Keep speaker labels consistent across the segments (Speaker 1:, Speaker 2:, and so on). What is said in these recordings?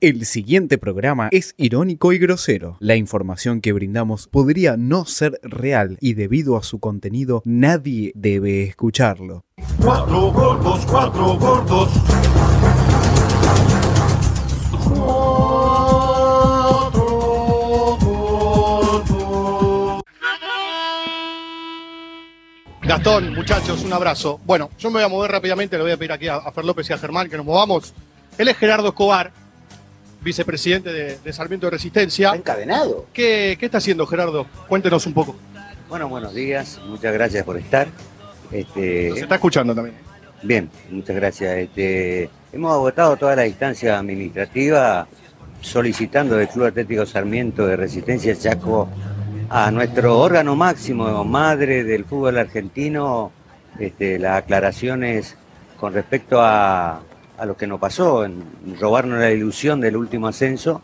Speaker 1: El siguiente este programa es irónico y grosero. La información que brindamos podría no ser real y debido a su contenido nadie debe escucharlo.
Speaker 2: Cuatro gordos, cuatro gordos. Cuatro gordos.
Speaker 3: Gastón, muchachos, un abrazo. Bueno, yo me voy a mover rápidamente, le voy a pedir aquí a, a Fer López y a Germán que nos movamos. Él es Gerardo Escobar, vicepresidente de, de Sarmiento de
Speaker 4: Está
Speaker 3: Resistencia.
Speaker 4: encadenado.
Speaker 3: ¿Qué, qué está haciendo Gerardo? Cuéntenos un poco.
Speaker 4: Bueno, buenos días, muchas gracias por estar.
Speaker 3: Se
Speaker 4: Este,
Speaker 3: está escuchando también.
Speaker 4: bien, muchas gracias. Este, hemos agotado toda la distancia administrativa solicitando del Club Atlético Sarmiento de Resistencia Chaco a nuestro órgano máximo, madre del fútbol argentino, este, las aclaraciones con respecto a, a lo que nos pasó, en robarnos la ilusión del último ascenso.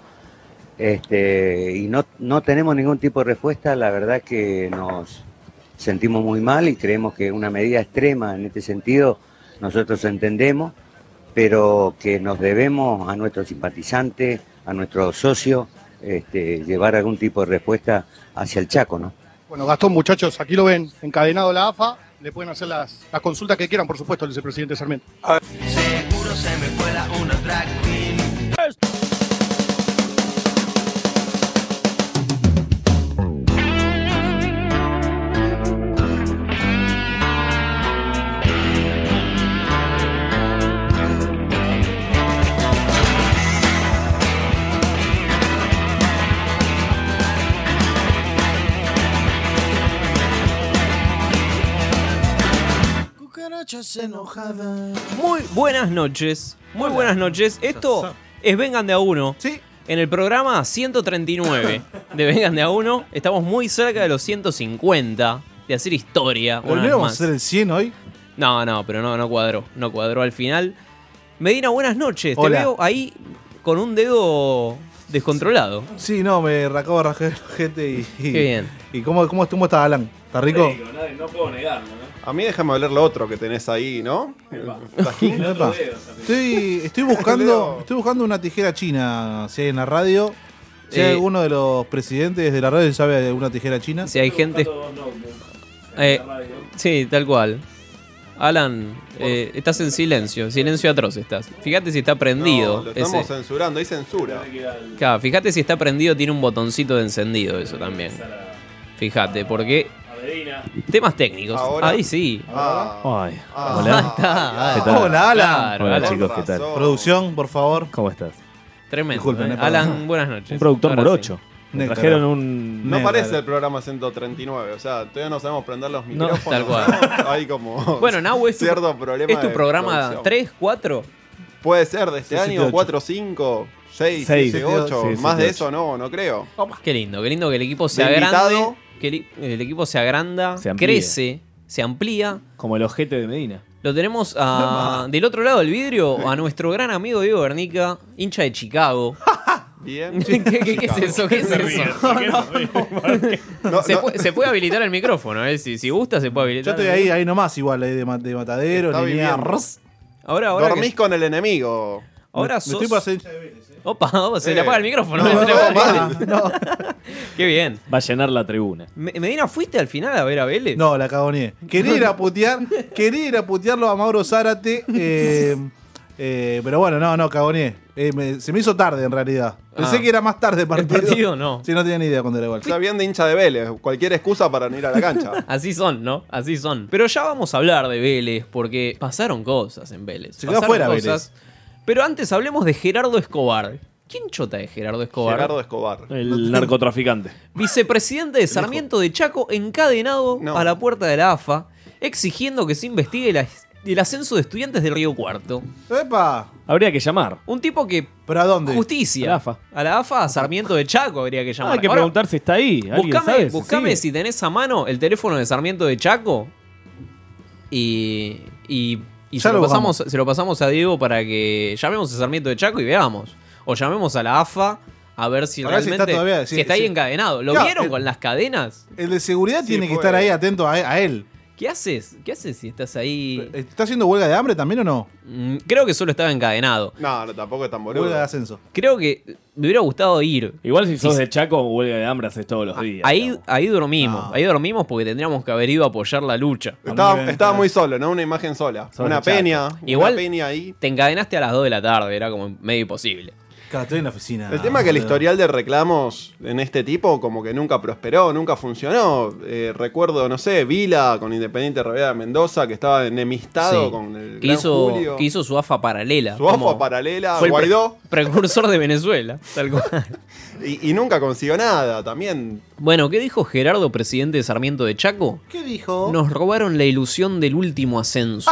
Speaker 4: Este, y no, no tenemos ningún tipo de respuesta, la verdad que nos sentimos muy mal y creemos que una medida extrema en este sentido nosotros entendemos, pero que nos debemos a nuestros simpatizantes, a nuestros socios, este, llevar algún tipo de respuesta hacia el Chaco, ¿no?
Speaker 3: Bueno, Gastón, muchachos, aquí lo ven, encadenado a la AFA. Le pueden hacer las, las consultas que quieran, por supuesto, al vicepresidente Sarmiento.
Speaker 5: Seguro se me cuela una drag queen.
Speaker 6: Cucarachas enojadas.
Speaker 7: Muy buenas noches. Muy buenas noches. Esto es Vengan de a uno.
Speaker 6: Sí.
Speaker 7: En el programa 139 de Vengan de a uno, estamos muy cerca de los 150 de hacer historia.
Speaker 6: Pero
Speaker 7: una
Speaker 6: no
Speaker 7: vez
Speaker 6: íbamos a
Speaker 7: más.
Speaker 6: hacer el 100 hoy.
Speaker 7: No, no, pero no, no cuadró. No cuadró al final. Medina, buenas noches.
Speaker 6: Hola.
Speaker 7: Te veo Este ahí con un dedo descontrolado.
Speaker 6: Sí, no, me acabo de rajar gente y. y-
Speaker 7: Qué bien.
Speaker 6: ¿Y cómo, cómo, cómo está Alan? ¿Está rico?
Speaker 8: A mí déjame hablar lo otro que tenés ahí, ¿no? Tajín.
Speaker 6: Epa. Estoy, estoy buscando estoy buscando una tijera china si hay en la radio. Si
Speaker 7: Eh,
Speaker 6: hay alguno de los presidentes de la radio que sabe de una tijera china.
Speaker 7: Si hay gente. Eh, sí, tal cual. Alan, eh, estás en silencio, silencio atroz estás. Fíjate si está prendido.
Speaker 8: No, lo estamos
Speaker 7: ese.
Speaker 8: censurando, hay censura.
Speaker 7: Claro, fíjate si está prendido, tiene un botoncito de encendido eso también. Fíjate, porque. Temas técnicos.
Speaker 8: Ahora.
Speaker 7: Ahí sí.
Speaker 8: Ah,
Speaker 9: Ay,
Speaker 8: ah,
Speaker 7: Ahí
Speaker 9: hola.
Speaker 7: está.
Speaker 8: ¿Qué
Speaker 6: tal? Hola, Alan.
Speaker 7: Claro,
Speaker 9: Hola,
Speaker 7: Alan.
Speaker 9: chicos, ¿qué tal?
Speaker 8: Razón.
Speaker 6: Producción, por favor.
Speaker 9: ¿Cómo estás?
Speaker 7: Tremendo.
Speaker 6: Disculpen,
Speaker 7: eh.
Speaker 6: eh, perdón.
Speaker 7: Alan, buenas noches.
Speaker 9: Un productor
Speaker 7: Ahora
Speaker 9: morocho. Me
Speaker 6: Néctar.
Speaker 9: trajeron un...
Speaker 8: No
Speaker 6: Mierda.
Speaker 8: parece el programa 139, o sea, todavía no sabemos prender los
Speaker 7: No,
Speaker 8: micrófonos.
Speaker 7: tal cual.
Speaker 8: ¿no? Hay como
Speaker 7: sí. Bueno, Nahu, es tu,
Speaker 8: cierto problema.
Speaker 7: es tu
Speaker 8: de
Speaker 7: programa
Speaker 8: producción.
Speaker 7: 3, 4.
Speaker 8: Puede ser de este
Speaker 6: Sí, siete,
Speaker 8: año,
Speaker 6: ocho.
Speaker 8: 4, 5, 6,
Speaker 9: Seis.
Speaker 8: 7,
Speaker 6: Siete,
Speaker 8: 8.
Speaker 9: ocho. Sí,
Speaker 8: Más
Speaker 9: siete, ocho.
Speaker 8: de eso no, no creo.
Speaker 7: Qué lindo, qué lindo que el equipo sea
Speaker 8: De
Speaker 7: grande.
Speaker 8: invitado.
Speaker 7: Que el, el equipo se agranda,
Speaker 9: Se amplía.
Speaker 7: crece, se amplía.
Speaker 9: Como el ojete de Medina.
Speaker 7: Lo tenemos a- del otro lado del vidrio a nuestro gran amigo Diego Bernica, hincha de Chicago.
Speaker 8: Bien.
Speaker 7: ¿Qué, qué- qué es eso? ¿Qué es eso?
Speaker 8: No,
Speaker 7: se,
Speaker 8: no,
Speaker 7: puede, se puede habilitar el micrófono, eh, si, si gusta se puede
Speaker 6: Yo
Speaker 7: habilitar.
Speaker 6: estoy ahí, ahí nomás, igual, ahí de, ma- de matadero,
Speaker 8: Está
Speaker 6: ni nada.
Speaker 8: viviendo.
Speaker 6: Ros.
Speaker 7: Ahora, ahora. que-
Speaker 8: dormís con el enemigo.
Speaker 7: ahora
Speaker 6: Me
Speaker 7: sos-
Speaker 6: estoy para hacer hincha de Vélez, eh.
Speaker 7: Opa, opa, se le apaga el micrófono.
Speaker 8: No,
Speaker 7: Se le apaga el
Speaker 8: no,
Speaker 7: micrófono.
Speaker 8: mal.
Speaker 7: Qué bien.
Speaker 9: Va a llenar la tribuna.
Speaker 7: Me- Medina, ¿fuiste al final a ver a Vélez?
Speaker 6: No, la cagoné. Quería ir a putear, quería ir a putearlo a Mauro Zárate. eh, eh, pero bueno, no, no, cagoné. Eh, me- se me hizo tarde en realidad. Pensé
Speaker 7: Ah.
Speaker 6: que era más tarde el
Speaker 7: El
Speaker 6: partido.
Speaker 7: partido no.
Speaker 6: Sí, no tenía ni idea cuándo era igual.
Speaker 8: Está bien de hincha de Vélez. Cualquier excusa para no ir a la cancha.
Speaker 7: Así son, ¿no? Así son. Pero ya vamos a hablar de Vélez, porque pasaron cosas en Vélez.
Speaker 6: Se quedó
Speaker 7: Pasaron
Speaker 6: afuera
Speaker 7: Pero antes hablemos de Gerardo Escobar. ¿Quién chota es Gerardo Escobar?
Speaker 8: Gerardo Escobar.
Speaker 9: El narcotraficante.
Speaker 7: Vicepresidente de Sarmiento de Chaco encadenado
Speaker 8: No.
Speaker 7: a la puerta de la AFA, exigiendo que se investigue la- el ascenso de estudiantes de Río Cuarto.
Speaker 6: ¡Epa!
Speaker 9: Habría que llamar.
Speaker 7: Un tipo que...
Speaker 6: ¿Pero a dónde?
Speaker 7: Justicia.
Speaker 9: A la AFA.
Speaker 7: A la AFA, a Sarmiento de Chaco habría que llamar.
Speaker 9: hay que
Speaker 7: Ahora,
Speaker 9: preguntar si está ahí. ¿Alguien
Speaker 7: Buscame,
Speaker 9: sabe si
Speaker 7: buscame
Speaker 9: sigue?
Speaker 7: si tenés a mano el teléfono de Sarmiento de Chaco. Y. y- y
Speaker 6: Ya
Speaker 7: se, lo
Speaker 6: lo
Speaker 7: pasamos, se lo pasamos a Diego para que llamemos a Sarmiento de Chaco y veamos. O llamemos a la AFA a ver si
Speaker 6: A ver si
Speaker 7: realmente.
Speaker 6: está todavía,
Speaker 7: si
Speaker 6: sí,
Speaker 7: está ahí
Speaker 6: sí.
Speaker 7: encadenado. ¿Lo
Speaker 6: Claro,
Speaker 7: vieron
Speaker 6: el-
Speaker 7: con las cadenas?
Speaker 6: El de seguridad
Speaker 8: Sí,
Speaker 6: tiene que
Speaker 8: fue.
Speaker 6: estar ahí atento a, a él.
Speaker 7: ¿Qué haces? ¿Qué haces si estás ahí?
Speaker 6: ¿Está haciendo huelga de hambre también o no?
Speaker 7: Mm, Creo que solo estaba encadenado.
Speaker 8: No, no, tampoco es tan boludo.
Speaker 6: Huelga de ascenso.
Speaker 7: Creo que me hubiera gustado ir.
Speaker 9: Igual si sos de Chaco, huelga de hambre haces todos los días.
Speaker 7: Ahí,
Speaker 9: digamos.
Speaker 7: ahí dormimos,
Speaker 6: No.
Speaker 7: ahí dormimos porque tendríamos que haber ido a apoyar la lucha.
Speaker 8: Estaba, estaba muy solo, ¿no? Una imagen sola.
Speaker 9: Solo
Speaker 8: una
Speaker 9: el chato.
Speaker 8: peña.
Speaker 7: Igual-
Speaker 8: Una peña ahí.
Speaker 7: Te encadenaste a las 2 de la tarde, era como medio imposible.
Speaker 6: Claro, estoy en la oficina.
Speaker 8: El tema es que el
Speaker 6: Ah, boludo.
Speaker 8: historial de reclamos en este tipo como que nunca prosperó, nunca funcionó. Eh, recuerdo, no sé, Vila con Independiente Rivera de Mendoza, que estaba enemistado
Speaker 7: Sí.
Speaker 8: con el
Speaker 7: que,
Speaker 8: Gran
Speaker 7: hizo,
Speaker 8: Julio.
Speaker 7: que hizo su AFA paralela.
Speaker 8: Su AFA
Speaker 7: como-
Speaker 8: paralela,
Speaker 7: fue el pre-
Speaker 8: Guaidó,
Speaker 7: Precursor de Venezuela, tal cual.
Speaker 8: y, y nunca consiguió nada también.
Speaker 7: Bueno, ¿qué dijo Gerardo, presidente de Sarmiento de Chaco?
Speaker 6: ¿Qué dijo?
Speaker 7: Nos robaron la ilusión del último ascenso.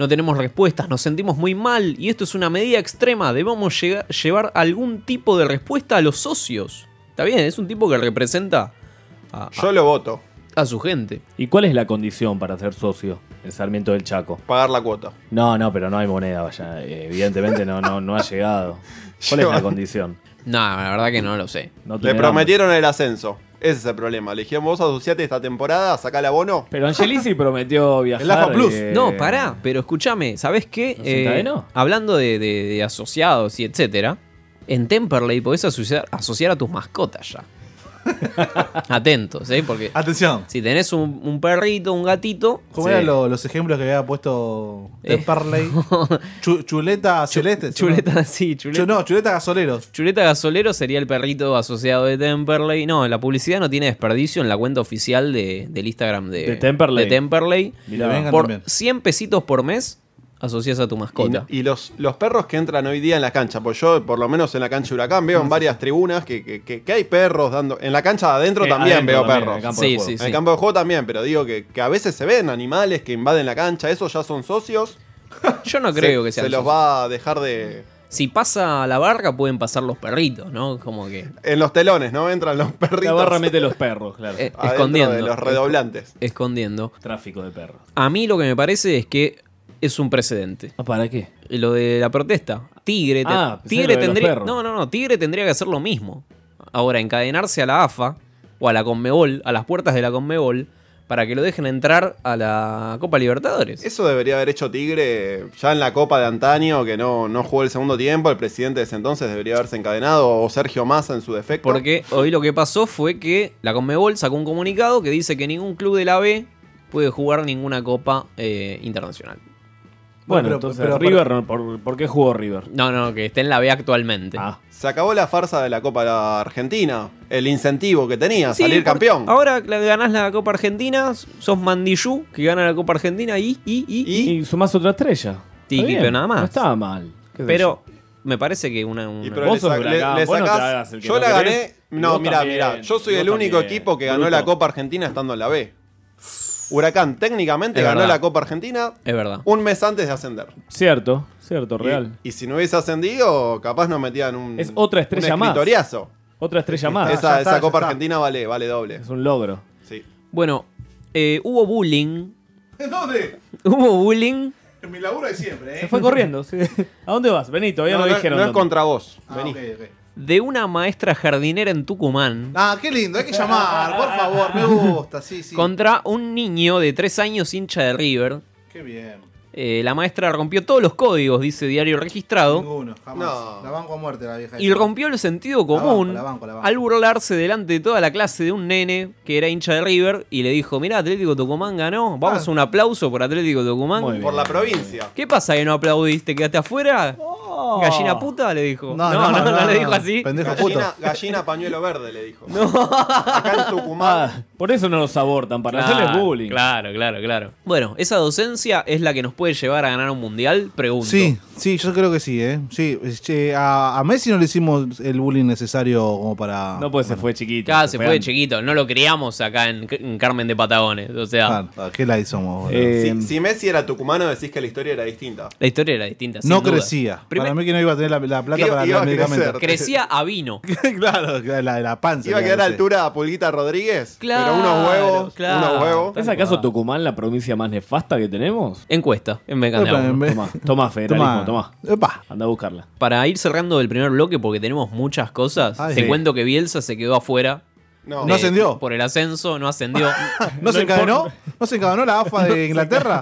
Speaker 7: No tenemos respuestas, nos sentimos muy mal y esto es una medida extrema. Debemos llega- llevar algún tipo de respuesta a los socios. Está bien, es un tipo que representa a, a-
Speaker 8: Yo lo voto,
Speaker 7: a su gente.
Speaker 9: ¿Y cuál es la condición para ser socio en Sarmiento del Chaco?
Speaker 8: pagar la cuota.
Speaker 9: No, no, pero no hay moneda, vaya. eh, Evidentemente no, no, no ha llegado. ¿Cuál es la condición?
Speaker 7: No, la verdad que no lo sé.
Speaker 9: No
Speaker 8: Le
Speaker 9: tener
Speaker 8: prometieron el ascenso. Ese es el problema. Le dijeron, vos asociate esta temporada, saca el abono.
Speaker 9: hambre. Pero Angelici prometió viajar. eh,
Speaker 6: El AFA Plus.
Speaker 7: eh, No, pará, pero escúchame, ¿sabés qué? Eh,
Speaker 9: ¿Nos encadenó?
Speaker 7: hablando de, de- de asociados y etcétera, en Temperley podés asociar, asociar a tus mascotas ya. Atentos, ¿eh? Porque
Speaker 6: Atención.
Speaker 7: si tenés un, un perrito, un gatito.
Speaker 6: ¿Cómo
Speaker 7: Sí.
Speaker 6: eran lo- los ejemplos que había puesto
Speaker 7: Eh.
Speaker 6: Temperley? Chu- chuleta celeste. ¿sí o no?
Speaker 7: Chuleta, sí,
Speaker 6: Chu-
Speaker 7: chuleta.
Speaker 6: no, chuleta gasoleros.
Speaker 7: Chuleta Gasolero sería el perrito asociado de Temperley. No, la publicidad no tiene desperdicio en la cuenta oficial de, del Instagram de,
Speaker 9: De Temperley.
Speaker 7: de Temperley.
Speaker 9: Mirá,
Speaker 6: Le vengan-
Speaker 7: Por
Speaker 6: también.
Speaker 7: 100 pesitos por mes asocias a tu mascota.
Speaker 8: Y, y los, los perros que entran hoy día en la cancha, pues yo, por lo menos en la cancha de Huracán, veo en varias tribunas que, que- que- que hay perros dando. En la cancha de adentro
Speaker 9: Eh,
Speaker 8: también
Speaker 9: adentro
Speaker 8: veo
Speaker 9: también, en el
Speaker 8: perros.
Speaker 9: campo de
Speaker 7: Sí,
Speaker 9: juego.
Speaker 7: sí,
Speaker 8: En el campo de juego también, pero digo que, que a veces se ven animales que invaden la cancha, esos ya son socios.
Speaker 7: Yo no creo
Speaker 8: se,
Speaker 7: que sea
Speaker 8: Se los va a dejar de.
Speaker 7: Si pasa la barca, pueden pasar los perritos, ¿no? Como que eh,
Speaker 8: En los telones, ¿no? Entran los perritos.
Speaker 9: La barra mete los perros, claro.
Speaker 8: adentro
Speaker 7: escondiendo.
Speaker 8: De los redoblantes.
Speaker 7: Escondiendo.
Speaker 9: Tráfico de perros.
Speaker 7: A mí lo que me parece es que es un precedente.
Speaker 9: Ah, ¿Para qué?
Speaker 7: Lo de la protesta. Tigre, te-
Speaker 9: Ah, pensé
Speaker 7: Tigre
Speaker 9: lo de los
Speaker 7: tendría.
Speaker 9: perros.
Speaker 7: No, no, no. Tigre tendría que hacer lo mismo. Ahora, encadenarse a la AFA o a la Conmebol, a las puertas de la Conmebol, para que lo dejen entrar a la Copa Libertadores.
Speaker 8: Eso debería haber hecho Tigre ya en la Copa de antaño, que no, no jugó el segundo tiempo. El presidente de ese entonces debería haberse encadenado, o Sergio Massa en su defecto.
Speaker 7: Porque hoy lo que pasó fue que la Conmebol sacó un comunicado que dice que ningún club de la B puede jugar ninguna Copa eh, Internacional.
Speaker 9: Bueno,
Speaker 6: pero-
Speaker 9: entonces
Speaker 6: pero-
Speaker 9: River, no- ¿por, por qué jugó River?
Speaker 7: No, no, que esté en la B actualmente.
Speaker 9: Ah,
Speaker 8: Se acabó la farsa de la Copa Argentina, el incentivo que tenía,
Speaker 7: Sí,
Speaker 8: salir
Speaker 7: por-
Speaker 8: campeón.
Speaker 7: Ahora la- ganás la Copa Argentina, sos Mandillú, que gana la Copa Argentina y, y, y, y.
Speaker 9: Y, sumás otra estrella. Está
Speaker 7: Tiki,
Speaker 9: bien,
Speaker 7: pero nada más.
Speaker 9: No estaba mal. qué sé
Speaker 7: Pero me parece que una... una-
Speaker 8: Y pero
Speaker 9: Vos
Speaker 8: le
Speaker 9: sos
Speaker 8: sac- le-
Speaker 9: Huracán,
Speaker 8: le
Speaker 9: vos no te
Speaker 8: sacás-
Speaker 9: hagas el que
Speaker 8: yo
Speaker 9: no
Speaker 8: la
Speaker 9: querés,
Speaker 8: gané.
Speaker 9: y
Speaker 8: No,
Speaker 9: vos
Speaker 8: mirá,
Speaker 9: también,
Speaker 8: mirá. Yo soy
Speaker 9: vos
Speaker 8: el único
Speaker 9: también,
Speaker 8: equipo que ganó
Speaker 9: bruto.
Speaker 8: la Copa Argentina estando en la B. Huracán técnicamente
Speaker 7: Es
Speaker 8: ganó
Speaker 7: verdad.
Speaker 8: la Copa Argentina
Speaker 7: Es verdad.
Speaker 8: un mes antes de ascender.
Speaker 9: Uh, Cierto, cierto, real.
Speaker 8: Y, y si no hubiese ascendido, capaz nos metían un.
Speaker 9: Es otra estrella
Speaker 8: un
Speaker 9: más.
Speaker 8: escritoriazo.
Speaker 9: Otra estrella
Speaker 6: Ah,
Speaker 9: más.
Speaker 8: esa
Speaker 6: ya está,
Speaker 8: esa
Speaker 6: ya
Speaker 8: Copa
Speaker 6: está.
Speaker 8: Argentina vale, vale doble.
Speaker 9: Es un logro.
Speaker 8: Sí.
Speaker 7: Bueno, eh, hubo bullying.
Speaker 6: ¿Dónde?
Speaker 7: Hubo bullying.
Speaker 6: En mi laburo de siempre, ¿eh?
Speaker 9: Se fue corriendo. sí. ¿A dónde vas? Vení, todavía no,
Speaker 8: ¿eh? no,
Speaker 9: dijeron.
Speaker 8: no es
Speaker 9: dónde.
Speaker 8: contra vos.
Speaker 6: Ah,
Speaker 8: Vení.
Speaker 6: ok, ok.
Speaker 7: De una maestra jardinera en Tucumán.
Speaker 6: Ah, qué lindo, hay que llamar, por favor, me gusta, sí, sí.
Speaker 7: Contra un niño de tres años hincha de River.
Speaker 6: Qué bien.
Speaker 7: Eh, la maestra rompió todos los códigos, dice diario registrado,
Speaker 6: Ninguno, jamás.
Speaker 8: No.
Speaker 6: La banco a muerte la vieja.
Speaker 7: y
Speaker 6: esa.
Speaker 7: rompió el sentido
Speaker 6: La banco,
Speaker 7: común
Speaker 6: la banco, la banco.
Speaker 7: al burlarse delante de toda la clase de un nene que era hincha de River y le dijo, mirá, Atlético Tucumán ganó, vamos
Speaker 6: Ah.
Speaker 7: a un aplauso por Atlético
Speaker 9: Muy
Speaker 7: Tucumán.
Speaker 9: bien.
Speaker 8: Por la provincia.
Speaker 7: ¿Qué pasa que no aplaudiste? ¿Quedaste afuera? ¿Gallina puta? Le dijo. No, no, no, le dijo así.
Speaker 6: Oh. Pendejo puto.
Speaker 8: Gallina, gallina pañuelo verde, le dijo. Acá en Tucumán.
Speaker 9: Ah, por eso no los abortan, para hacerles bullying.
Speaker 7: Claro, claro, claro. Bueno, ¿esa docencia es la que nos puede llevar a ganar un mundial? Pregunto.
Speaker 6: Sí, sí, yo creo que sí, ¿eh? Sí, che, a, a Messi no le hicimos el bullying necesario como para.
Speaker 9: No, pues se fue chiquito.
Speaker 7: Ya, se fue de
Speaker 9: antes.
Speaker 7: chiquito, no lo criamos acá en, en Carmen de Patagones. O sea,
Speaker 6: Ah, ¿Qué la hicimos? boludo?
Speaker 9: Eh,
Speaker 8: Si, si Messi era tucumano, decís que la historia era distinta.
Speaker 7: la historia era distinta. sin
Speaker 6: no
Speaker 7: duda.
Speaker 6: crecía.
Speaker 7: Primero,
Speaker 6: Para mí que no iba a tener la, la plata
Speaker 8: Creo
Speaker 6: para
Speaker 8: que iba
Speaker 6: los
Speaker 8: a
Speaker 6: medicamentos.
Speaker 7: Crecía a vino.
Speaker 6: claro, la de la panza.
Speaker 8: Iba a
Speaker 6: la
Speaker 8: quedar a
Speaker 6: leche.
Speaker 8: altura a Pulguita Rodríguez.
Speaker 7: Claro,
Speaker 8: pero unos huevos.
Speaker 7: claro.
Speaker 8: Unos huevos.
Speaker 9: ¿Es acaso Tucumán la provincia más nefasta que tenemos?
Speaker 7: Encuesta en
Speaker 6: Epa,
Speaker 7: Mecánica
Speaker 6: en
Speaker 7: Uno.
Speaker 6: vez-
Speaker 9: Tomá, tomá, federalismo, tomá.
Speaker 6: Epa.
Speaker 9: Anda a buscarla.
Speaker 7: Para ir cerrando el primer bloque, porque tenemos muchas cosas,
Speaker 6: Ay,
Speaker 7: te
Speaker 6: Ah, sí.
Speaker 7: cuento que Bielsa se quedó afuera eh,
Speaker 8: No.
Speaker 6: No ascendió.
Speaker 7: Por el ascenso, no ascendió.
Speaker 6: ¿No, se encadenó? ¿No se encadenó la AFA de Inglaterra?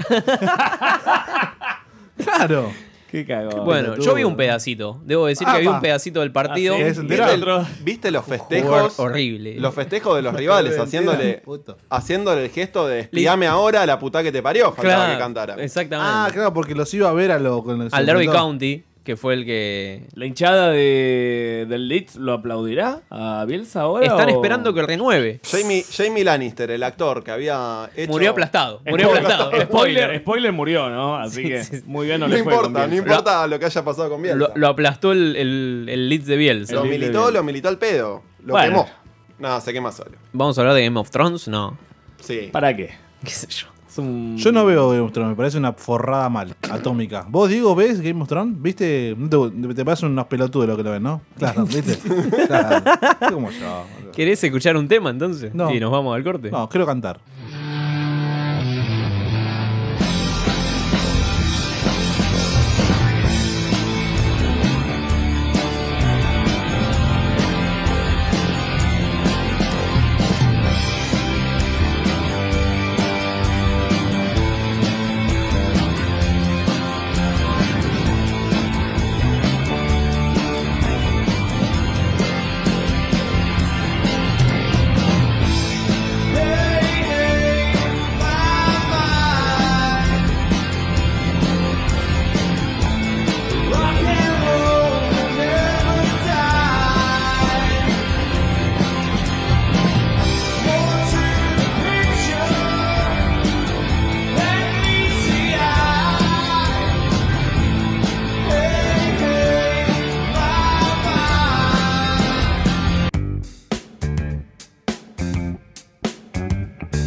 Speaker 6: claro.
Speaker 9: Qué cagón.
Speaker 7: bueno, yo vi un pedacito. Debo decir
Speaker 8: Ah.
Speaker 7: que vi
Speaker 6: Apa.
Speaker 7: un pedacito del partido.
Speaker 6: Así es.
Speaker 8: ¿Viste, el- viste los
Speaker 7: Jugador
Speaker 8: festejos?
Speaker 7: horrible.
Speaker 8: Los festejos de los rivales, haciéndole,
Speaker 6: Puto.
Speaker 8: haciéndole el gesto de espiame ahora a la puta que te parió, faltaba
Speaker 7: Claro,
Speaker 8: que cantara.
Speaker 7: Exactamente.
Speaker 6: Ah, claro, porque los iba a ver a lo, con el
Speaker 7: Al Derby
Speaker 6: supermercado.
Speaker 7: County, que fue el que.
Speaker 9: ¿La hinchada de, del Leeds lo aplaudirá a Bielsa ahora?
Speaker 7: Están
Speaker 9: o-
Speaker 7: esperando que renueve.
Speaker 8: Jamie, Jamie Lannister, el actor que había hecho.
Speaker 7: Murió aplastado. Murió
Speaker 9: Spoiler-
Speaker 7: aplastado.
Speaker 9: Spoiler,
Speaker 7: Spoiler.
Speaker 9: spoiler murió, ¿no? Así
Speaker 7: Sí,
Speaker 9: que
Speaker 7: sí, sí.
Speaker 9: muy bien no,
Speaker 8: No,
Speaker 9: le fue con
Speaker 8: importa, no
Speaker 9: Bielsa.
Speaker 8: importa lo que haya pasado con Bielsa.
Speaker 7: Lo, lo aplastó el, el, el Leeds de Bielsa.
Speaker 8: Lo
Speaker 9: El Leeds de
Speaker 8: militó,
Speaker 9: Bielsa.
Speaker 8: lo militó al pedo. Lo
Speaker 9: Bueno.
Speaker 8: quemó. No, se quema solo.
Speaker 7: ¿Vamos a hablar de Game of Thrones? No.
Speaker 8: Sí.
Speaker 9: ¿Para qué?
Speaker 7: ¿Qué sé yo?
Speaker 9: Es un-
Speaker 6: Yo no veo Game of Thrones, me parece una forrada mal, atómica. ¿Vos, Diego, ves Game of Thrones? ¿Viste? No Te, te parecen unos pelotudos lo que lo ven, ¿no? Claro, ¿viste? Claro. Como yo.
Speaker 7: ¿Querés escuchar un tema entonces?
Speaker 6: No.
Speaker 7: Y nos vamos al corte.
Speaker 6: No, quiero cantar.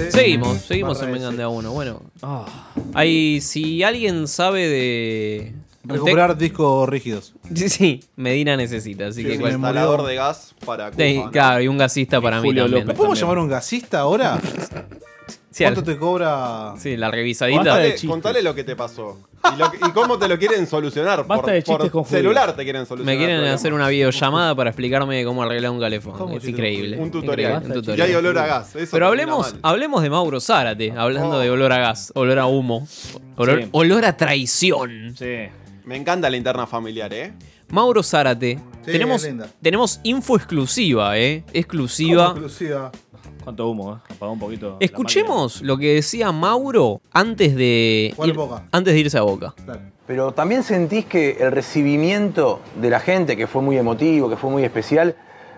Speaker 7: Seguimos, seguimos en
Speaker 6: Barra
Speaker 7: Vengan
Speaker 6: ese.
Speaker 7: de a uno. Bueno,
Speaker 9: Ah,
Speaker 7: hay, si alguien sabe de.
Speaker 6: Recuperar discos rígidos.
Speaker 7: Sí, sí, Medina necesita, así que.
Speaker 8: un
Speaker 6: me
Speaker 7: cual-
Speaker 8: instalador
Speaker 6: murió.
Speaker 8: de gas para Cufa,
Speaker 7: Sí,
Speaker 8: ¿no?
Speaker 7: claro, y un gasista para mí
Speaker 9: Julio
Speaker 7: también.
Speaker 9: López.
Speaker 6: ¿Podemos
Speaker 9: También.
Speaker 6: llamar a un gasista ahora?
Speaker 7: Sí, al-
Speaker 6: ¿Cuánto te cobra?
Speaker 7: sí, la revisadita.
Speaker 9: Basta de
Speaker 8: Contale,
Speaker 9: chistes.
Speaker 8: contale lo que te pasó. Y, lo que- y cómo te lo quieren solucionar.
Speaker 9: Basta
Speaker 8: por,
Speaker 9: de chistes
Speaker 8: por
Speaker 9: con judíos.
Speaker 8: celular te quieren solucionar.
Speaker 7: Me quieren
Speaker 8: el
Speaker 7: hacer
Speaker 8: programa.
Speaker 7: una videollamada para explicarme cómo arreglar un calefón.
Speaker 6: ¿Cómo
Speaker 7: Es
Speaker 6: si te-
Speaker 7: increíble.
Speaker 8: un tutorial.
Speaker 7: increíble, un
Speaker 8: Y hay
Speaker 7: tutorial.
Speaker 8: olor a gas. eso
Speaker 7: Pero
Speaker 8: termina
Speaker 7: hablemos,
Speaker 8: mal. Oh.
Speaker 7: hablemos de Mauro Zárate, hablando de olor a gas, olor a humo, olor,
Speaker 9: Sí.
Speaker 7: olor a traición.
Speaker 9: sí.
Speaker 8: Me encanta la interna familiar, ¿eh?
Speaker 7: Mauro Zárate,
Speaker 6: Sí,
Speaker 7: tenemos,
Speaker 6: es linda.
Speaker 7: tenemos info exclusiva, ¿eh? Exclusiva.
Speaker 6: Exclusiva.
Speaker 9: Cuánto humo, ¿eh? Apagó un poquito. la
Speaker 7: Escuchemos lo que decía Mauro antes de,
Speaker 6: ¿Cuál
Speaker 7: ir-
Speaker 6: Boca?
Speaker 7: antes de irse a Boca.
Speaker 6: Dale.
Speaker 10: Pero también sentís que el recibimiento de la gente, que fue muy emotivo, que fue muy especial,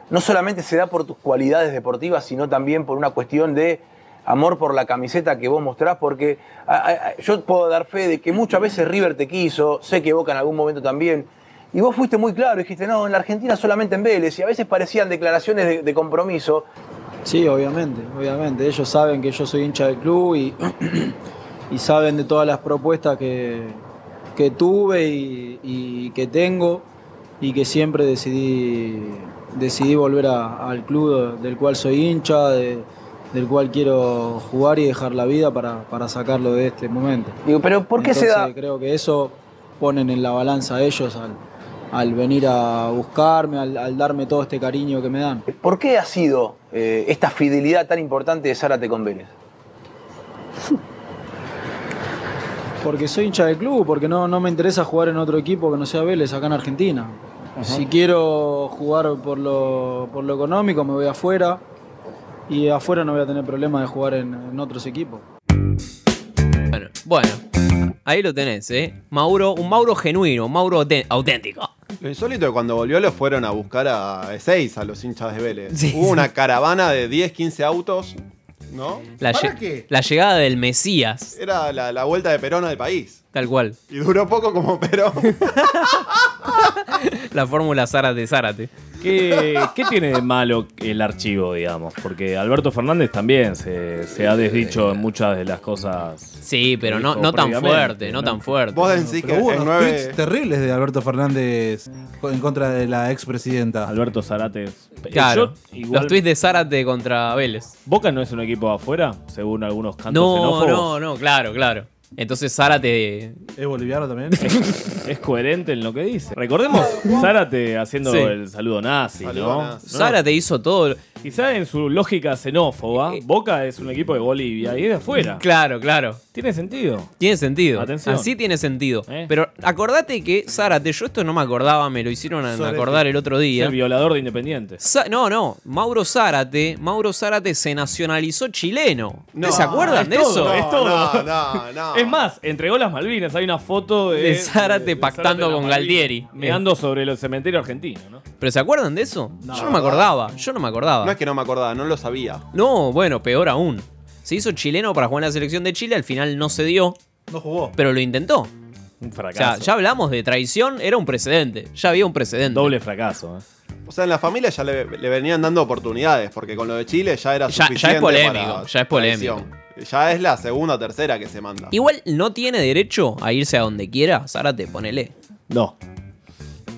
Speaker 10: no solamente se da por tus cualidades deportivas, sino también por una cuestión de amor por la camiseta que vos mostrás, porque a- a- a- yo puedo dar fe de que muchas veces River te quiso, sé que Boca en algún momento también, y vos fuiste muy claro, dijiste, no, en la Argentina solamente en Vélez, y a veces parecían declaraciones de- de compromiso,
Speaker 11: Sí, obviamente, obviamente. Ellos saben que yo soy hincha del club y, y saben de todas las propuestas que, que tuve y, y que tengo y que siempre decidí, decidí volver a- al club del cual soy hincha, de- del cual quiero jugar y dejar la vida para, para sacarlo de este momento.
Speaker 10: Digo, pero ¿por qué se da?
Speaker 11: Entonces, Creo que eso ponen en la balanza ellos al, al venir a buscarme, al- al darme todo este cariño que me dan.
Speaker 10: ¿Por qué ha sido eh, esta fidelidad tan importante de Zárate con Vélez?
Speaker 11: Porque soy hincha del club, porque no, no me interesa jugar en otro equipo que no sea Vélez acá en Argentina. Si quiero jugar por lo, por lo económico, me voy afuera. Y afuera no voy a tener problema de jugar en, en otros equipos.
Speaker 7: Bueno, bueno, ahí lo tenés, ¿eh? Mauro, un Mauro genuino, un Mauro auten- auténtico.
Speaker 8: Lo insólito es que cuando volvió lo fueron a buscar a Ezeiza, a los hinchas de Vélez.
Speaker 7: Sí.
Speaker 8: Hubo una caravana de 10, 15 autos, ¿no?
Speaker 7: La,
Speaker 6: ¿Para
Speaker 7: lle-
Speaker 6: qué?
Speaker 7: la llegada del Mesías,
Speaker 8: Era la, la vuelta de Perón al país.
Speaker 7: tal cual.
Speaker 8: Y duró poco como Perón.
Speaker 7: La fórmula Zárate Zárate.
Speaker 9: ¿Qué, qué tiene de malo el archivo, digamos? Porque Alberto Fernández también se, se ha desdicho en muchas de las cosas.
Speaker 7: Sí, pero no,
Speaker 9: Dijo
Speaker 7: no tan
Speaker 9: previamente,
Speaker 7: fuerte, no
Speaker 9: ¿no?
Speaker 7: tan fuerte.
Speaker 8: Vos decís que
Speaker 6: Pero hubo
Speaker 8: en
Speaker 6: unos
Speaker 8: nueve-
Speaker 6: tweets terribles de Alberto Fernández en contra de la expresidenta.
Speaker 9: Alberto Zarate. es-
Speaker 7: Claro.
Speaker 9: Yo, igual,
Speaker 7: Los tweets de Zárate contra Vélez.
Speaker 9: Boca no es un equipo afuera, según algunos cantos
Speaker 7: No,
Speaker 9: xenófobos.
Speaker 7: no, no, claro, claro. Entonces Zárate.
Speaker 6: ¿Es boliviano también?
Speaker 9: Es coherente en lo que dice. Recordemos Zárate haciendo
Speaker 7: Sí.
Speaker 9: el saludo nazi,
Speaker 7: Saludo
Speaker 9: ¿no?
Speaker 7: nazi. Zárate hizo todo.
Speaker 9: Quizá en su lógica xenófoba, Boca es un equipo de Bolivia y es de afuera.
Speaker 7: Eh, Claro, claro.
Speaker 9: Tiene sentido.
Speaker 7: Tiene sentido.
Speaker 9: Atención. Eh.
Speaker 7: Así tiene sentido. Pero acordate que Zárate, yo esto no me acordaba, me lo hicieron a-
Speaker 9: Zárate.
Speaker 7: acordar el otro día.
Speaker 9: Es el violador de Independiente.
Speaker 7: Sa- no, no, Mauro Zárate, Mauro Zárate se nacionalizó chileno. ¿No se acuerdan
Speaker 9: Ah, es
Speaker 7: de eso?
Speaker 9: todo, es todo.
Speaker 8: No, no, no.
Speaker 9: Es más, entregó las Malvinas. Hay una foto de,
Speaker 7: De Zárate
Speaker 9: de
Speaker 7: pactando
Speaker 9: en las
Speaker 7: con
Speaker 9: Malvinas,
Speaker 7: Galtieri.
Speaker 9: Meando sobre el cementerio argentino, ¿no?
Speaker 7: ¿Pero se acuerdan de eso? yo no me acordaba, yo no me acordaba.
Speaker 8: No es que no me acordaba, no lo sabía.
Speaker 7: No, bueno, peor aún. Se hizo chileno para jugar en la selección de Chile, al final no se dio,
Speaker 6: No jugó.
Speaker 7: pero lo intentó.
Speaker 9: Un
Speaker 7: O sea,
Speaker 9: fracaso.
Speaker 7: ya hablamos de traición, era un precedente, ya había un precedente.
Speaker 9: Doble fracaso. eh.
Speaker 8: O sea, en la familia ya le, le venían dando oportunidades, porque con lo de Chile ya era
Speaker 7: Ya- ya es
Speaker 8: suficiente
Speaker 7: polémico,
Speaker 8: para
Speaker 7: ya es polémico.
Speaker 8: traición. Ya es la segunda o tercera que se manda.
Speaker 7: Igual no tiene derecho a irse a donde quiera, Zárate, ponele.
Speaker 9: No.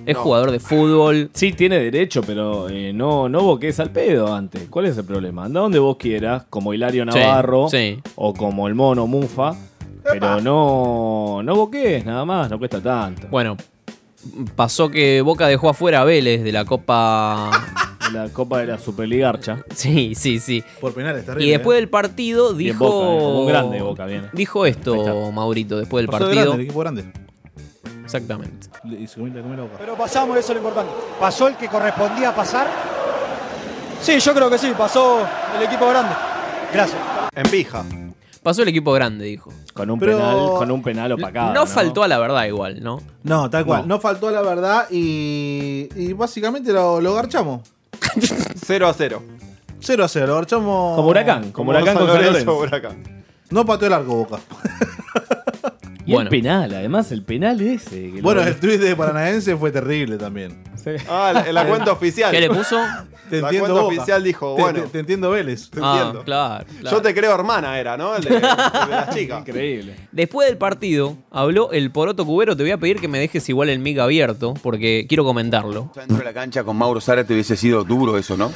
Speaker 7: Es jugador de fútbol.
Speaker 9: Sí, tiene derecho, pero eh, no, no boques al pedo antes. ¿Cuál es el problema? Anda donde vos quieras, como Hilario
Speaker 7: Sí,
Speaker 9: Navarro
Speaker 7: sí.
Speaker 9: o como el mono Mufa, pero no, no boques nada más, no cuesta tanto.
Speaker 7: Bueno, pasó que Boca dejó afuera a Vélez de la Copa.
Speaker 9: De la Copa de la Superliga Archa.
Speaker 7: Ah. Sí, sí, sí.
Speaker 6: Por penales, terrible.
Speaker 7: Y después del partido
Speaker 9: Bien
Speaker 7: dijo.
Speaker 9: Boca, eh, como un grande Boca viene.
Speaker 7: Dijo esto, Maurito, después del
Speaker 6: Por ser
Speaker 7: partido.
Speaker 6: grande, el equipo grande.
Speaker 7: Exactamente.
Speaker 6: Le- Y se comió- le comió la boca.
Speaker 12: Pero pasamos, eso es lo importante. ¿Pasó el que correspondía pasar? Sí, yo creo que sí, pasó el equipo grande. Gracias.
Speaker 8: En pija.
Speaker 7: Pasó el equipo grande, dijo.
Speaker 9: Con un
Speaker 6: Pero-
Speaker 9: penal, con un penal opacado.
Speaker 7: No, faltó a la verdad igual, ¿no?
Speaker 6: No, tal cual. No. faltó a la verdad y, y básicamente lo, lo garchamos.
Speaker 8: 0 a 0.
Speaker 6: 0 a 0, lo garchamos.
Speaker 9: Como Huracán, como Huracán con San Lorenzo.
Speaker 8: Huracán.
Speaker 6: No pateó el arco Boca.
Speaker 9: Y el penal, además, el penal ese. que lo-
Speaker 6: Bueno, el tweet de Paranaense fue terrible también.
Speaker 8: Ah, la, la cuenta oficial.
Speaker 7: ¿Qué le puso?
Speaker 6: Te
Speaker 8: la
Speaker 6: entiendo
Speaker 8: cuenta
Speaker 6: Boca.
Speaker 8: oficial dijo,
Speaker 6: Te-
Speaker 8: bueno.
Speaker 6: Te, te entiendo Vélez.
Speaker 8: Te
Speaker 9: Ah,
Speaker 8: entiendo.
Speaker 7: claro,
Speaker 8: Yo te creo hermana era, ¿no? El de, el de la chica.
Speaker 9: Increíble.
Speaker 7: Después del partido, habló el Poroto Cubero. Te voy a pedir que me dejes igual el mic abierto, porque quiero comentarlo.
Speaker 13: Dentro de la cancha con Mauro Zárate hubiese sido duro eso, ¿no?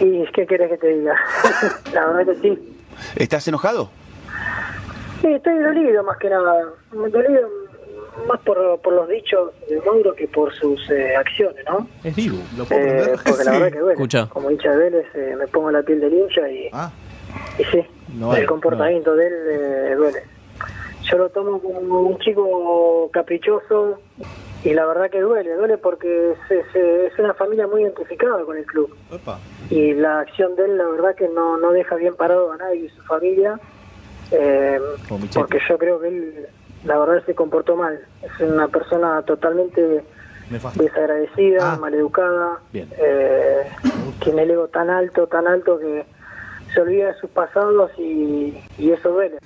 Speaker 14: Y ¿qué querés que te diga? La verdad que sí.
Speaker 13: ¿Estás enojado?
Speaker 14: Sí, estoy dolido más que nada. Me Dolido más por, por los dichos de Mauro que por sus eh, acciones, ¿no?
Speaker 9: Es vivo.
Speaker 6: ¿Lo
Speaker 14: Eh, porque la verdad que bueno,
Speaker 7: Escucha.
Speaker 14: como hincha de Vélez, eh, me pongo la piel del hincha y, y sí,
Speaker 9: Ah. No hay,
Speaker 14: el comportamiento de él eh, duele. Yo lo tomo como un chico caprichoso y la verdad que duele, duele porque es, es, eh, es una familia muy identificada con el club.
Speaker 6: Opa.
Speaker 14: Y la acción de él, la verdad que no, no deja bien parado a nadie y su familia, eh, porque yo creo que él, la verdad, se comportó mal. Es una persona totalmente desagradecida, maleducada,
Speaker 9: Bien.
Speaker 14: eh, tiene el ego tan alto, tan alto que se olvida de sus pasados y, y eso duele.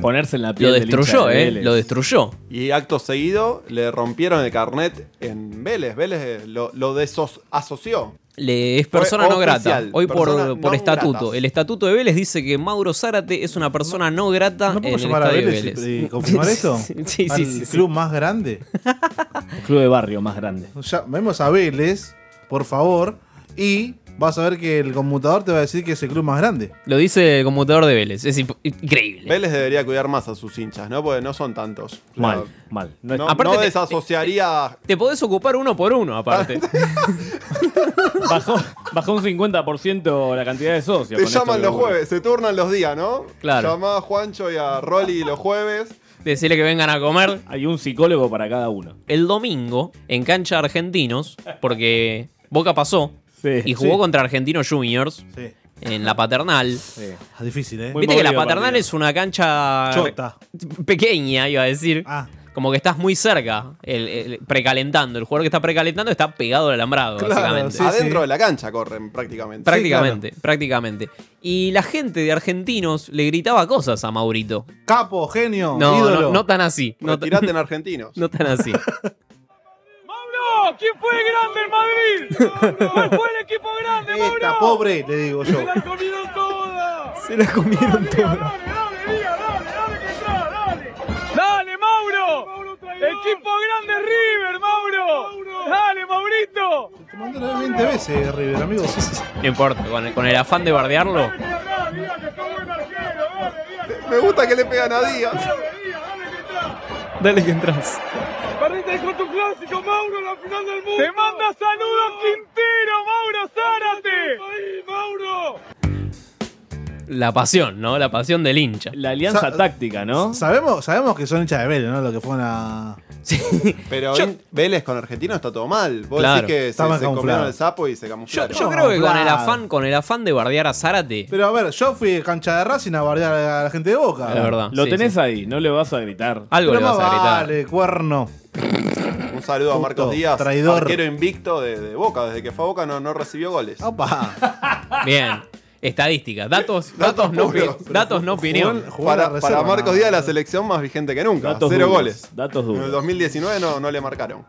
Speaker 9: Ponerse en la piel
Speaker 7: Lo
Speaker 9: del hincha
Speaker 7: destruyó,
Speaker 9: de
Speaker 7: ¿eh?
Speaker 9: Vélez.
Speaker 7: Lo destruyó.
Speaker 8: Y acto seguido le rompieron el carnet en Vélez. Vélez eh, lo, lo desasoció.
Speaker 7: Le, es
Speaker 8: Fue
Speaker 7: persona no grata.
Speaker 8: oficial,
Speaker 7: Hoy por,
Speaker 8: persona
Speaker 7: por
Speaker 8: non
Speaker 7: estatuto.
Speaker 8: grata.
Speaker 7: El estatuto de Vélez dice que Mauro Zárate es una persona no grata en el estadio de
Speaker 6: y-
Speaker 7: Vélez.
Speaker 6: y, confirmar esto?
Speaker 7: sí, sí,
Speaker 6: ¿Al
Speaker 7: sí, sí.
Speaker 6: club más grande.
Speaker 9: El club de barrio más grande.
Speaker 6: Ya, vemos a Vélez, por favor, y vas a ver que el conmutador te va a decir que es el club más grande.
Speaker 7: Lo dice el conmutador de Vélez. Es imp- increíble.
Speaker 8: Vélez debería cuidar más a sus hinchas, ¿no? Porque no son tantos.
Speaker 9: Mal,
Speaker 8: O sea,
Speaker 9: mal.
Speaker 8: No,
Speaker 7: Aparte
Speaker 8: no
Speaker 7: te-
Speaker 8: desasociaría.
Speaker 7: Te podés ocupar uno por uno, aparte.
Speaker 9: Bajó, bajó un 50% la cantidad de socios.
Speaker 8: Te
Speaker 9: con esto
Speaker 8: llaman
Speaker 9: que
Speaker 8: los
Speaker 9: hubo.
Speaker 8: jueves, se turnan los días, ¿no?
Speaker 9: Claro.
Speaker 8: Llamaba a Juancho y a Rolly los jueves.
Speaker 7: Decirle que vengan a comer.
Speaker 9: Hay un psicólogo para cada uno.
Speaker 7: El domingo, en cancha de Argentinos, porque Boca pasó y jugó
Speaker 9: sí.
Speaker 7: contra Argentinos Juniors
Speaker 6: Sí.
Speaker 7: en la paternal.
Speaker 6: Es difícil, ¿eh?
Speaker 7: Viste que la paternal es una cancha
Speaker 6: Chota.
Speaker 7: re- pequeña, iba a decir. Como que estás muy cerca, el, el- precalentando. El jugador que está precalentando está pegado al alambrado, básicamente.
Speaker 8: Adentro de la cancha corren prácticamente.
Speaker 7: Prácticamente, prácticamente. Y la gente de argentinos le gritaba cosas a Maurito.
Speaker 6: Capo, genio,
Speaker 7: No,
Speaker 6: ídolo.
Speaker 7: no, no tan así. No, tan-
Speaker 8: Retirate en argentinos.
Speaker 7: no tan así.
Speaker 2: ¡Mauro! ¿Quién fue grande en Madrid? ¡Mauro! ¿Cuál fue el equipo grande, Mauro?
Speaker 6: Está pobre, le digo yo.
Speaker 2: ¡Se la comieron toda!
Speaker 7: Se la comieron
Speaker 2: toda. Dale, diga, dale, dale, que entra, dale. ¡Dale, Mauro! ¡Equipo grande River, Mauro! ¡Dale, Maurito!
Speaker 6: Te mandó 20 veces, River, amigo.
Speaker 7: No importa, con el, con el afán de bardearlo.
Speaker 2: Diga que sos buen arquero, dale, diga que sos
Speaker 8: Me gusta que le pegan a Díaz.
Speaker 7: Dale que entras.
Speaker 2: Perdiste con tu clásico, Mauro, la final del mundo. Te manda saludos, Quintero, Mauro Zárate. Mauro.
Speaker 7: La pasión, ¿no? La pasión del hincha. La
Speaker 6: alianza
Speaker 7: táctica, ¿no?
Speaker 6: Sabemos, sabemos que son hinchas de Vélez, ¿no? Lo que fueron a.
Speaker 8: Pero en- Vélez con Argentino está todo mal. Vos
Speaker 7: Claro.
Speaker 8: decís que se,
Speaker 6: Estaban
Speaker 8: se comieron
Speaker 6: camuflados.
Speaker 8: el sapo y se
Speaker 7: Yo,
Speaker 8: camuflaron.
Speaker 7: yo creo que con el afán, con el afán de bardear a Zárate.
Speaker 6: Pero a ver, yo fui cancha de Racing a bardear a la gente de Boca.
Speaker 7: Es verdad, Lo sí, tenés
Speaker 9: ahí, no le vas a gritar.
Speaker 7: Algo
Speaker 6: Pero
Speaker 7: le vas
Speaker 6: más
Speaker 7: a gritar.
Speaker 6: Vale, cuerno.
Speaker 8: Un saludo a Marcos
Speaker 6: Puto,
Speaker 8: Díaz,
Speaker 6: traidor.
Speaker 8: arquero invicto de, de Boca. Desde que fue a Boca no, no recibió goles.
Speaker 7: Bien. Estadística. Datos, datos, no, opi- datos no opinión.
Speaker 8: Para, para Marcos Díaz, la selección más vigente que nunca.
Speaker 7: Datos
Speaker 8: Cero
Speaker 7: duros,
Speaker 8: goles.
Speaker 9: datos duros.
Speaker 8: En el 2019 no, no le marcaron.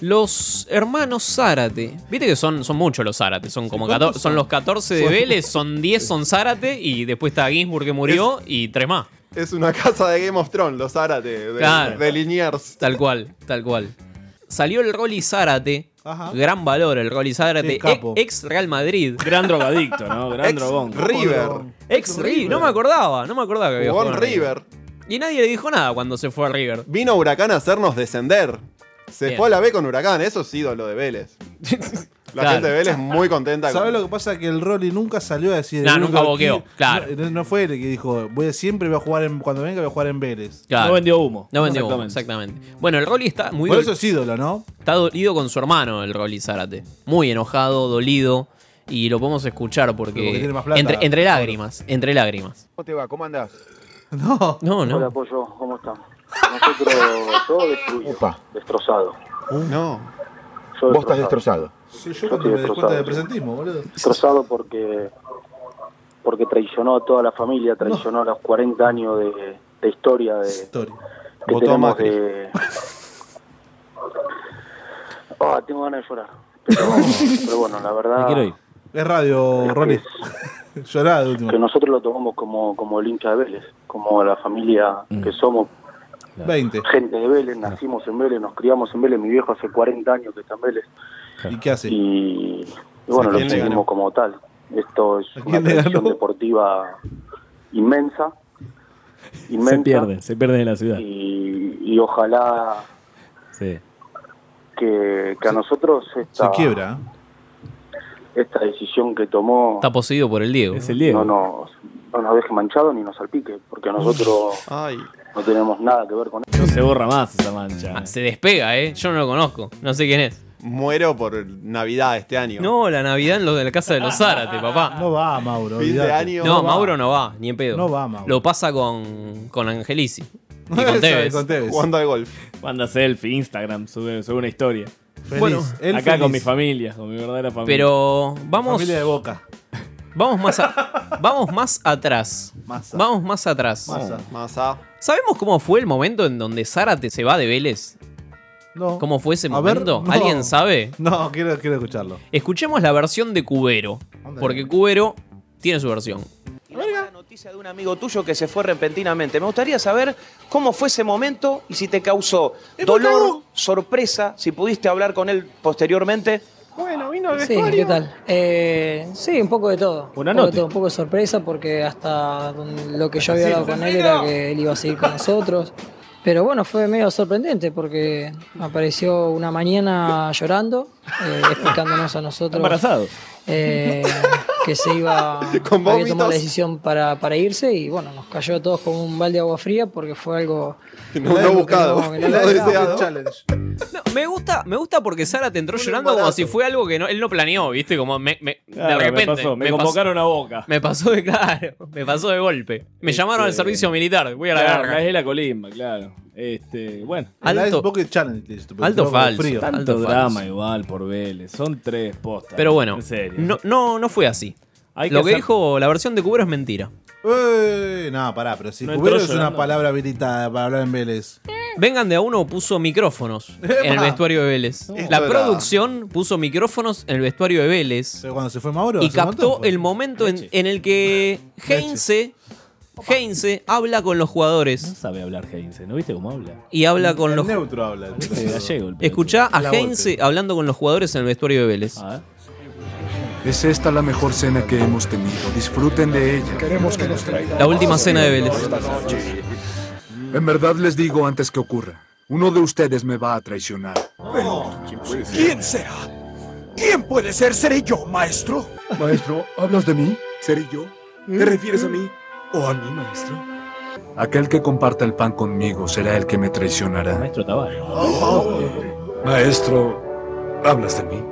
Speaker 7: Los hermanos Zárate. Viste que son, son muchos los Zárate. Son como
Speaker 9: ¿cuántos
Speaker 7: 14 son los 14 de
Speaker 9: Son-
Speaker 7: Vélez, son 10 son Zárate y después está Ginsburg que murió y tres más.
Speaker 8: Es una casa de Game of Thrones, los Zárate, de,
Speaker 7: Claro.
Speaker 8: de Liniers.
Speaker 7: Tal cual, tal cual. Salió el Rolly Zárate.
Speaker 8: Ajá.
Speaker 7: Gran valor el Rolly Zárate. e-,
Speaker 9: Sí, capo.
Speaker 7: Ex, ex Real Madrid.
Speaker 9: Gran drogadicto, ¿no? Gran
Speaker 7: Ex
Speaker 9: drogón.
Speaker 7: River. Ex River. No me acordaba, no me acordaba que había
Speaker 8: Jugó en
Speaker 7: jugado en
Speaker 8: River.
Speaker 7: Y nadie le dijo nada cuando se fue a River.
Speaker 8: Vino Huracán a hacernos descender. Se
Speaker 7: Bien.
Speaker 8: fue a la B con Huracán. Eso es ídolo de Vélez. La
Speaker 7: Claro.
Speaker 8: gente de Vélez muy contenta.
Speaker 6: ¿Sabes
Speaker 8: Con...
Speaker 6: lo que pasa? Que el Rolly nunca salió a decir.
Speaker 7: No,
Speaker 6: el
Speaker 7: nunca
Speaker 6: único
Speaker 7: boqueó,
Speaker 6: que-
Speaker 7: claro.
Speaker 6: No, no fue el que dijo, voy, siempre voy a jugar en, cuando venga voy a jugar en Vélez.
Speaker 7: Claro.
Speaker 6: humo.
Speaker 7: No vendió humo, exactamente. Bueno, el Rolly está muy
Speaker 6: Por
Speaker 7: dol-
Speaker 6: eso es ídolo, ¿no?
Speaker 7: Está dolido con su hermano, el Rolly Zárate. Muy enojado, dolido. Y lo podemos escuchar porque.
Speaker 6: Porque tiene más plata,
Speaker 7: entre, entre
Speaker 6: seguro.
Speaker 7: lágrimas, entre lágrimas.
Speaker 15: ¿Cómo te va? ¿Cómo andás?
Speaker 6: No.
Speaker 7: No, no.
Speaker 16: Hola, Pollo, ¿cómo están? Nosotros, todo destruido, destrozado.
Speaker 8: No.
Speaker 16: Yo
Speaker 15: Vos estás
Speaker 16: destrozado.
Speaker 15: destrozado.
Speaker 6: Soy yo cuando me des cuenta de presentismo, boludo.
Speaker 16: destrozado porque porque traicionó a toda la familia, traicionó los 40 años de, de historia de que
Speaker 8: Votó a
Speaker 16: tenemos
Speaker 8: Macri.
Speaker 16: de Ah, tengo ganas de llorar. Pero, pero bueno, la verdad
Speaker 6: Es radio, Rolly. Llorá de último.
Speaker 16: que nosotros lo tomamos como como el hincha de Vélez, como la familia
Speaker 9: Mm.
Speaker 16: que somos
Speaker 6: 20.
Speaker 16: gente de Vélez, nacimos en Vélez, nos criamos en Vélez, mi viejo hace 40 años que está en Vélez.
Speaker 6: ¿Y qué hace?
Speaker 16: Y, y bueno, lo
Speaker 6: quién le ganó?
Speaker 16: seguimos como tal. Esto es una
Speaker 6: quién le
Speaker 16: tradición
Speaker 6: ganó?
Speaker 16: deportiva inmensa. inmensa
Speaker 9: Se pierde, se pierde de la ciudad.
Speaker 16: Y, y ojalá
Speaker 9: Sí.
Speaker 16: que, que a nosotros esta,
Speaker 9: Se quiebra,
Speaker 6: ¿eh?
Speaker 16: esta decisión que tomó
Speaker 7: Está poseído por el Diego. Es el
Speaker 16: no nos, no nos deje manchado ni nos salpique, porque nosotros no tenemos nada que ver con
Speaker 9: No se borra más esa mancha.
Speaker 7: se despega, ¿eh? Yo no lo conozco. No sé quién es.
Speaker 8: Muero por Navidad este año.
Speaker 7: No, la Navidad en, lo de la casa de los Zárate, papá.
Speaker 6: No va, Mauro.
Speaker 8: Fin de
Speaker 6: olvidate.
Speaker 8: año.
Speaker 7: No,
Speaker 8: No va.
Speaker 7: Mauro no va, ni en pedo.
Speaker 6: No va, Mauro.
Speaker 7: Lo pasa con, con Angelici. Y con
Speaker 6: Eso,
Speaker 7: Tevez.
Speaker 6: con Tevez.
Speaker 8: Jugando al golf.
Speaker 9: Manda selfie, Instagram, sube, sube una historia.
Speaker 6: Feliz,
Speaker 7: Bueno, él
Speaker 9: acá
Speaker 7: feliz.
Speaker 9: con mi familia, con mi verdadera familia.
Speaker 7: Pero vamos.
Speaker 6: Familia de Boca.
Speaker 7: Vamos más, a- vamos más atrás.
Speaker 6: Massa.
Speaker 7: Vamos más atrás.
Speaker 6: Massa.
Speaker 8: Massa.
Speaker 7: ¿Sabemos cómo fue el momento en donde Zárate se va de Vélez?
Speaker 6: No.
Speaker 7: ¿Cómo fue ese
Speaker 6: A ver,
Speaker 7: momento?
Speaker 6: no.
Speaker 7: ¿Alguien sabe?
Speaker 6: No, quiero, quiero escucharlo.
Speaker 7: Escuchemos la versión de Cubero. Porque Cubero tiene su versión.
Speaker 13: Y la mala noticia de un amigo tuyo que se fue repentinamente. Me gustaría saber cómo fue ese momento y si te causó dolor, sorpresa, si pudiste hablar con él posteriormente.
Speaker 17: Bueno, vino el Sí, ¿qué tal? Eh, sí, un poco de todo.
Speaker 13: Buena
Speaker 17: un poco, de
Speaker 13: nota.
Speaker 17: todo, un poco de sorpresa porque hasta don- lo que yo había
Speaker 13: Sí,
Speaker 17: hablado con él era que él iba a seguir con nosotros. Pero bueno, fue medio sorprendente porque apareció una mañana llorando, eh, explicándonos a nosotros
Speaker 9: Embarazado.
Speaker 17: eh, que se iba
Speaker 9: Con
Speaker 17: había tomado
Speaker 9: vómitos.
Speaker 17: la decisión para, para irse y bueno, nos cayó a todos como un balde de agua fría porque fue algo
Speaker 8: No,
Speaker 17: algo que
Speaker 8: buscado.
Speaker 17: que no
Speaker 8: No
Speaker 17: lo deseábamos.
Speaker 8: deseado.
Speaker 7: No, me gusta, me gusta porque Zárate entró llorando como si fue algo que no- él no planeó, ¿viste? Como me- me-
Speaker 9: Claro,
Speaker 7: de
Speaker 9: Ah, me
Speaker 7: repente.
Speaker 9: pasó, me convocaron a Boca.
Speaker 7: Me pasó de claro, me pasó de golpe. Me llamaron al
Speaker 9: Este,
Speaker 7: servicio militar, voy a la
Speaker 9: Claro,
Speaker 7: garra.
Speaker 9: es la colimba, claro. Este, bueno.
Speaker 7: Alto-
Speaker 6: Es Pocket Challenge. listo, porque
Speaker 7: alto
Speaker 6: tengo como
Speaker 7: falso,
Speaker 6: frío.
Speaker 9: Tanto
Speaker 7: Alto
Speaker 9: drama
Speaker 7: falso.
Speaker 9: igual por Vélez. Son tres postas.
Speaker 7: Pero bueno,
Speaker 9: En serio.
Speaker 7: no, no, no fue así.
Speaker 9: Hay que
Speaker 7: Lo que
Speaker 9: hacer-
Speaker 7: dijo la versión de Cubero es mentira.
Speaker 6: Eh, no, pará, pero si
Speaker 7: No
Speaker 6: cubero
Speaker 7: entró
Speaker 6: es una
Speaker 7: llorando.
Speaker 6: palabra habilitada para hablar en Vélez.
Speaker 7: Vengan de a uno puso micrófonos en el
Speaker 6: Epa.
Speaker 7: vestuario de Vélez. La
Speaker 6: era-
Speaker 7: producción puso micrófonos en el vestuario de Vélez.
Speaker 6: Pero cuando se fue Mauro.
Speaker 7: y
Speaker 6: hace un
Speaker 7: captó
Speaker 6: montón, fue.
Speaker 7: el momento en, en el que Heinze, Heinze habla con los jugadores. No
Speaker 9: sabe hablar Heinze, ¿no viste cómo habla?
Speaker 7: Y habla con
Speaker 6: El
Speaker 7: los
Speaker 6: neutro habla.
Speaker 9: Sí, gallego el
Speaker 7: Escuchá a
Speaker 6: La Volpe.
Speaker 7: Heinze hablando con los jugadores en el vestuario de Vélez.
Speaker 18: Es esta la mejor cena que hemos tenido. Disfruten de ella. Queremos que nos
Speaker 7: La última cena de Vélez.
Speaker 2: Eh,
Speaker 18: En verdad les digo antes que ocurra. Uno de ustedes me va a traicionar.
Speaker 19: ¿Quién será? ¿Quién puede ser? ¿Seré yo, maestro?
Speaker 18: Maestro, ¿hablas de mí?
Speaker 19: ¿Seré yo?
Speaker 1: ¿Eh?
Speaker 19: ¿Te refieres a mí o a mí, maestro?
Speaker 18: Aquel que comparta el pan conmigo será el que me traicionará. Maestro
Speaker 1: Oh.
Speaker 18: Maestro, ¿hablas de mí?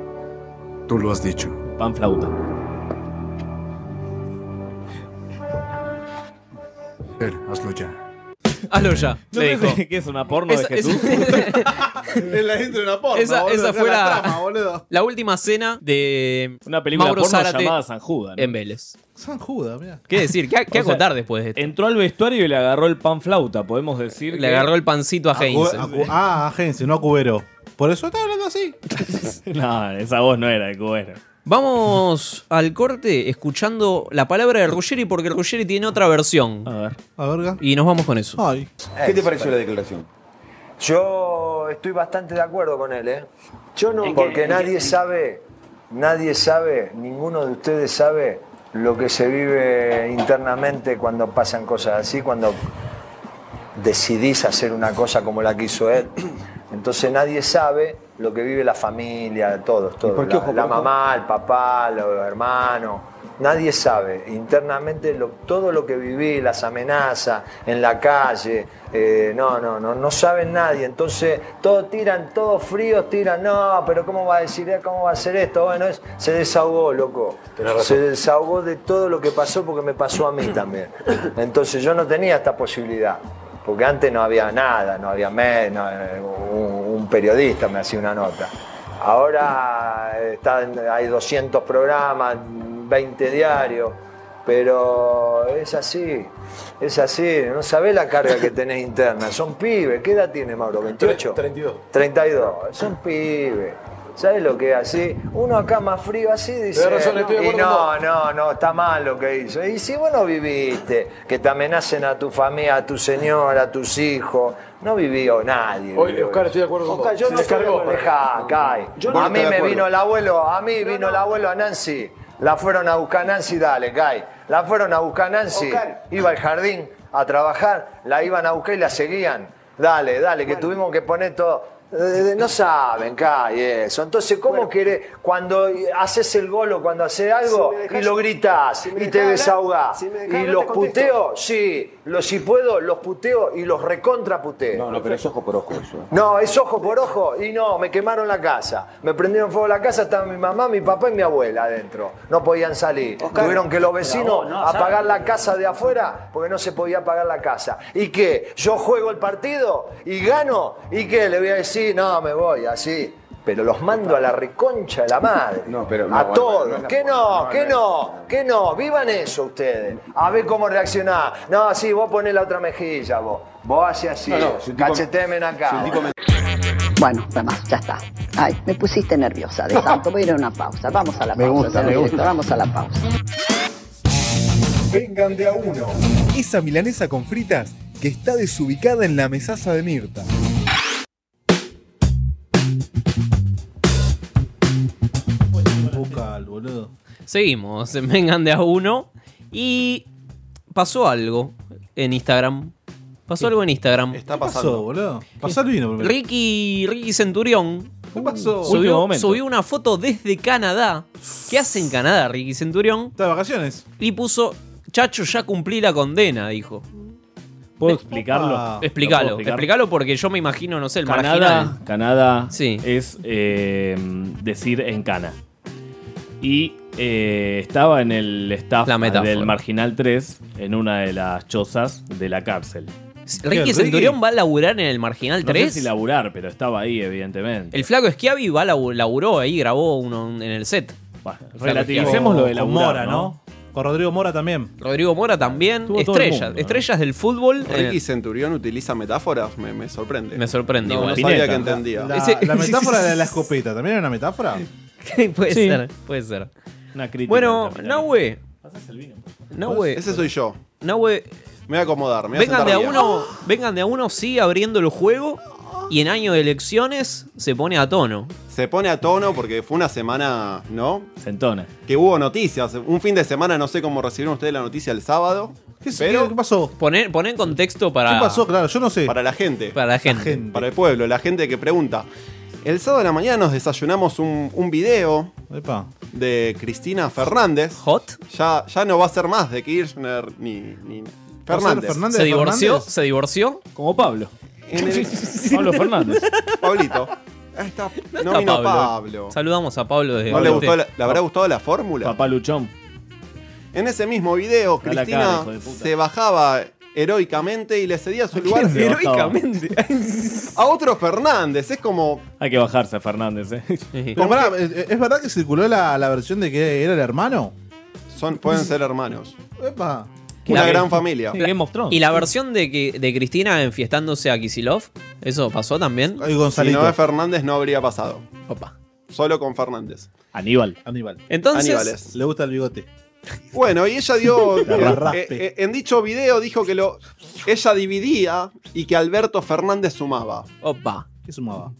Speaker 18: Tú lo has dicho.
Speaker 9: Pan flauta.
Speaker 18: Ver, hazlo ya.
Speaker 7: Hazlo ya.
Speaker 9: No
Speaker 7: le
Speaker 9: me
Speaker 7: dijo.
Speaker 9: sé, ¿qué es una porno de
Speaker 7: Esa-
Speaker 9: Jesús?
Speaker 6: Es la intro de una porno.
Speaker 7: Esa,
Speaker 6: boludo,
Speaker 7: esa
Speaker 6: es
Speaker 7: fue la,
Speaker 6: trama, boludo.
Speaker 7: la última cena de
Speaker 9: Una película
Speaker 7: Mauro
Speaker 9: porno
Speaker 7: Zárate
Speaker 9: llamada San Judas, ¿no?
Speaker 7: En Vélez.
Speaker 6: San Judas, mira.
Speaker 7: ¿Qué decir? ¿Qué, qué
Speaker 9: O sea,
Speaker 7: acotar después de esto?
Speaker 9: Entró al vestuario y le agarró el pan flauta, podemos decir.
Speaker 7: Le agarró el pancito a
Speaker 9: Heinz.
Speaker 7: Heinz.
Speaker 6: Ah, agencia, no a Cubero. Por eso está hablando así.
Speaker 9: no, esa voz no era de cubero.
Speaker 7: Vamos al corte escuchando la palabra de Ruggeri porque Ruggeri tiene otra versión.
Speaker 9: A ver.
Speaker 6: A verga.
Speaker 7: Y nos vamos con eso.
Speaker 10: ¿Qué te pareció la
Speaker 7: declaración?
Speaker 10: Yo estoy bastante de acuerdo con él, ¿eh? Yo no.
Speaker 20: ¿En qué-
Speaker 10: Porque
Speaker 20: en
Speaker 10: nadie
Speaker 20: qué- en-
Speaker 10: sabe, nadie sabe, ninguno de ustedes sabe lo que se vive internamente cuando pasan cosas así, cuando decidís hacer una cosa como la quiso él. Entonces nadie sabe lo que vive la familia, todos, todos.
Speaker 20: por qué,
Speaker 10: la,
Speaker 20: ojo,
Speaker 10: la
Speaker 20: por ojo?
Speaker 10: mamá, el papá, los hermanos. Nadie sabe internamente lo- todo lo que viví, las amenazas en la calle. eh, no, no, no, no saben nadie. Entonces todos tiran, todos fríos tiran. No, pero ¿cómo va a decir? eh? ¿Cómo va a hacer esto? Bueno, es- se desahogó, loco.
Speaker 20: Tenés razón.
Speaker 10: Se desahogó de todo lo que pasó porque me pasó a mí también. Entonces yo no tenía esta posibilidad. Porque antes no había nada, no había me- no, eh, un, un periodista me hacía una nota. Ahora están- hay 200 programas, 20 diarios, pero es así, es así. No sabés la carga que tenés interna. Son pibes. ¿Qué edad tiene Mauro? ¿28? 32. 32. Son pibes. ¿Sabes lo que es así? Uno acá más frío así dice.
Speaker 20: Tenés razón, estoy de
Speaker 10: y
Speaker 20: acuerdo con
Speaker 10: no,
Speaker 20: vos".
Speaker 10: no, no, está mal lo que hizo. Y si vos no viviste, que te amenacen a tu familia, a tu señora, a tus hijos, no vivió nadie.
Speaker 20: Oye,
Speaker 10: vivió
Speaker 20: Oscar,
Speaker 10: eso.
Speaker 20: estoy de acuerdo con
Speaker 10: Oscar,
Speaker 20: vos.
Speaker 10: yo
Speaker 20: Se
Speaker 10: no estoy de
Speaker 20: descargó,
Speaker 10: acuerdo. Dejá, Kai.
Speaker 20: Yo
Speaker 10: a
Speaker 20: no
Speaker 10: mí
Speaker 20: estoy de
Speaker 10: me
Speaker 20: acuerdo.
Speaker 10: vino el abuelo, a mí vino el abuelo a Nancy. La fueron a buscar Nancy, dale, Kai. La fueron a buscar Nancy. Iba al jardín a trabajar, la iban a buscar y la seguían. Dale, dale, que tuvimos que poner todo. Eh, No saben, Kai, eso. Entonces, ¿cómo querés cuando haces el gol o cuando haces algo
Speaker 20: Si me dejás-
Speaker 10: y lo gritás
Speaker 20: si me
Speaker 10: y
Speaker 20: dejás
Speaker 10: te
Speaker 20: hablar-
Speaker 10: desahogás?
Speaker 20: si me dejás
Speaker 10: y
Speaker 20: hablar,
Speaker 10: los
Speaker 20: te contesto.
Speaker 10: puteo, sí, los, si puedo, los puteo y los recontra puteo.
Speaker 13: No, no, pero es ojo por ojo eso.
Speaker 10: No, es ojo por ojo y no, me quemaron la casa. Me prendieron fuego la casa, estaban mi mamá, mi papá y mi abuela adentro. No podían salir. Tuvieron que los vecinos
Speaker 20: Pero vos no
Speaker 10: apagar
Speaker 20: sabes.
Speaker 10: la casa de afuera porque no se podía apagar la casa. ¿Y qué? Yo juego el partido y gano. ¿Y qué? Le voy a decir, no, me voy así. Pero los mando a la reconcha de la madre.
Speaker 13: No, pero.
Speaker 10: a
Speaker 13: no, bueno,
Speaker 10: todos.
Speaker 13: no es la
Speaker 10: que
Speaker 13: forma,
Speaker 10: no,
Speaker 13: no,
Speaker 10: que
Speaker 13: no es-
Speaker 10: no, que no. Vivan eso ustedes. A ver cómo reaccionás. No, sí, vos ponés la otra mejilla, vos. Vos haces así.
Speaker 13: No,
Speaker 10: No,
Speaker 13: no, si el tipo-
Speaker 10: acá.
Speaker 13: si el tipo
Speaker 10: vos.
Speaker 21: Bueno, además, ya está. Ay, me pusiste nerviosa de tanto. Voy a ir a una pausa. Vamos a la
Speaker 1: Me
Speaker 21: pausa.
Speaker 1: gusta,
Speaker 21: señor
Speaker 1: me
Speaker 21: director,
Speaker 1: gusta.
Speaker 21: Vamos a la pausa.
Speaker 1: Vengan de a uno. Esa milanesa con fritas que está desubicada en la mesaza de Mirta.
Speaker 6: Vocal, boludo.
Speaker 7: Seguimos, en vengan de a uno. Y pasó algo en Instagram. Pasó algo en Instagram.
Speaker 6: ¿Qué pasó, boludo? Pasó el vino primero.
Speaker 7: Ricky, Ricky Centurión.
Speaker 6: ¿Qué pasó? Último
Speaker 7: Subió,
Speaker 6: momento.
Speaker 7: subió una foto desde Canadá. ¿Qué hace en Canadá Ricky Centurión? Está
Speaker 6: de vacaciones.
Speaker 7: Y puso, Chacho, ya cumplí la condena, dijo.
Speaker 9: ¿Puedo explicarlo? ¿Lo puedo
Speaker 7: Explicalo,
Speaker 9: explicar?
Speaker 7: explicalo porque yo me imagino, no sé, el
Speaker 9: Canadá,
Speaker 7: marginal.
Speaker 9: Canadá es eh, decir en cana. Y eh, estaba en el staff
Speaker 7: metáfora.
Speaker 9: del Marginal 3, en una de las chozas de la cárcel.
Speaker 7: Ricky Centurión va a laburar en el Marginal
Speaker 9: No
Speaker 7: 3.
Speaker 9: sé si laburar, pero estaba ahí, evidentemente.
Speaker 7: El flaco Schiavi va, labu- laburó ahí, grabó uno en el set.
Speaker 9: relativicemos lo de
Speaker 6: Con
Speaker 9: laburar,
Speaker 6: Mora,
Speaker 9: ¿no?
Speaker 6: ¿no? Con Rodrigo Mora también.
Speaker 7: Rodrigo Mora también.
Speaker 6: todo el
Speaker 7: estrellas,
Speaker 6: mundo, ¿no?
Speaker 7: estrellas del fútbol.
Speaker 8: Ricky Centurión utiliza metáforas, me, me sorprende.
Speaker 7: Me sorprende
Speaker 8: No,
Speaker 7: igual.
Speaker 8: no sabía
Speaker 7: Pineta.
Speaker 8: que entendía.
Speaker 6: La, la metáfora de la escopeta, ¿también era una metáfora?
Speaker 7: Sí, puede ser, puede ser.
Speaker 9: Una crítica.
Speaker 7: Bueno, Nahue.
Speaker 8: pues.
Speaker 7: Nahue.
Speaker 8: Ese soy yo.
Speaker 7: Nahue.
Speaker 8: Me voy a acomodar, me voy
Speaker 7: Vengan
Speaker 8: a
Speaker 7: de a
Speaker 8: sentar bien.
Speaker 7: uno, vengan de a uno, sigue abriendo el juego y en año de elecciones se pone a tono.
Speaker 8: se pone a tono porque fue una semana, ¿no?
Speaker 9: Se entona.
Speaker 8: Que hubo noticias. Un fin de semana, no sé cómo recibieron ustedes la noticia el sábado.
Speaker 6: ¿Qué,
Speaker 8: pero
Speaker 6: pasó?
Speaker 7: Poner en contexto para.
Speaker 8: ¿Qué pasó?
Speaker 6: Claro, yo no sé.
Speaker 8: Para la gente.
Speaker 7: Para Ah. la gente.
Speaker 8: Para el pueblo, la gente que pregunta. El sábado de la mañana nos desayunamos un, un video de Cristina Fernández.
Speaker 7: ¿Hot?
Speaker 8: Ya, ya no va a ser más de Kirchner ni, ni Fernández.
Speaker 7: se divorció, se divorció.
Speaker 9: Como Pablo. Pablo Fernández.
Speaker 8: Pablito. Ahí está. No,
Speaker 7: Está
Speaker 8: vino Pablo.
Speaker 7: Saludamos a Pablo desde
Speaker 8: ¿No le,
Speaker 7: Conte.
Speaker 8: gustó la- le habrá gustado la fórmula?
Speaker 9: Papá Luchón.
Speaker 8: En ese mismo video,
Speaker 9: Dale acá,
Speaker 8: Cristina
Speaker 9: hijo de puta.
Speaker 8: se bajaba heroicamente y le cedía su lugar
Speaker 9: quién se bajaba?
Speaker 8: heroicamente a otro Fernández. Es como.
Speaker 9: Hay que bajarse, Fernández, ¿eh?
Speaker 6: Pero pará, ¿es es verdad que circuló la, la versión de que era el hermano?
Speaker 8: Son, pueden ser hermanos.
Speaker 6: Epa.
Speaker 8: Una gran familia.
Speaker 7: La- Y la versión de, que, de Cristina enfiestándose a Kisilov, ¿eso pasó también?
Speaker 8: Si no es Fernández, no habría pasado. Solo con Fernández.
Speaker 9: Aníbal.
Speaker 6: Aníbal.
Speaker 7: Entonces-
Speaker 8: Aníbales.
Speaker 6: Le gusta el bigote.
Speaker 8: Bueno, y ella dio.
Speaker 6: La
Speaker 8: eh,
Speaker 6: raspe.
Speaker 8: eh, eh, en dicho video dijo que lo, ella dividía y que Alberto Fernández sumaba.
Speaker 7: Opa.
Speaker 6: ¿Qué sumaba?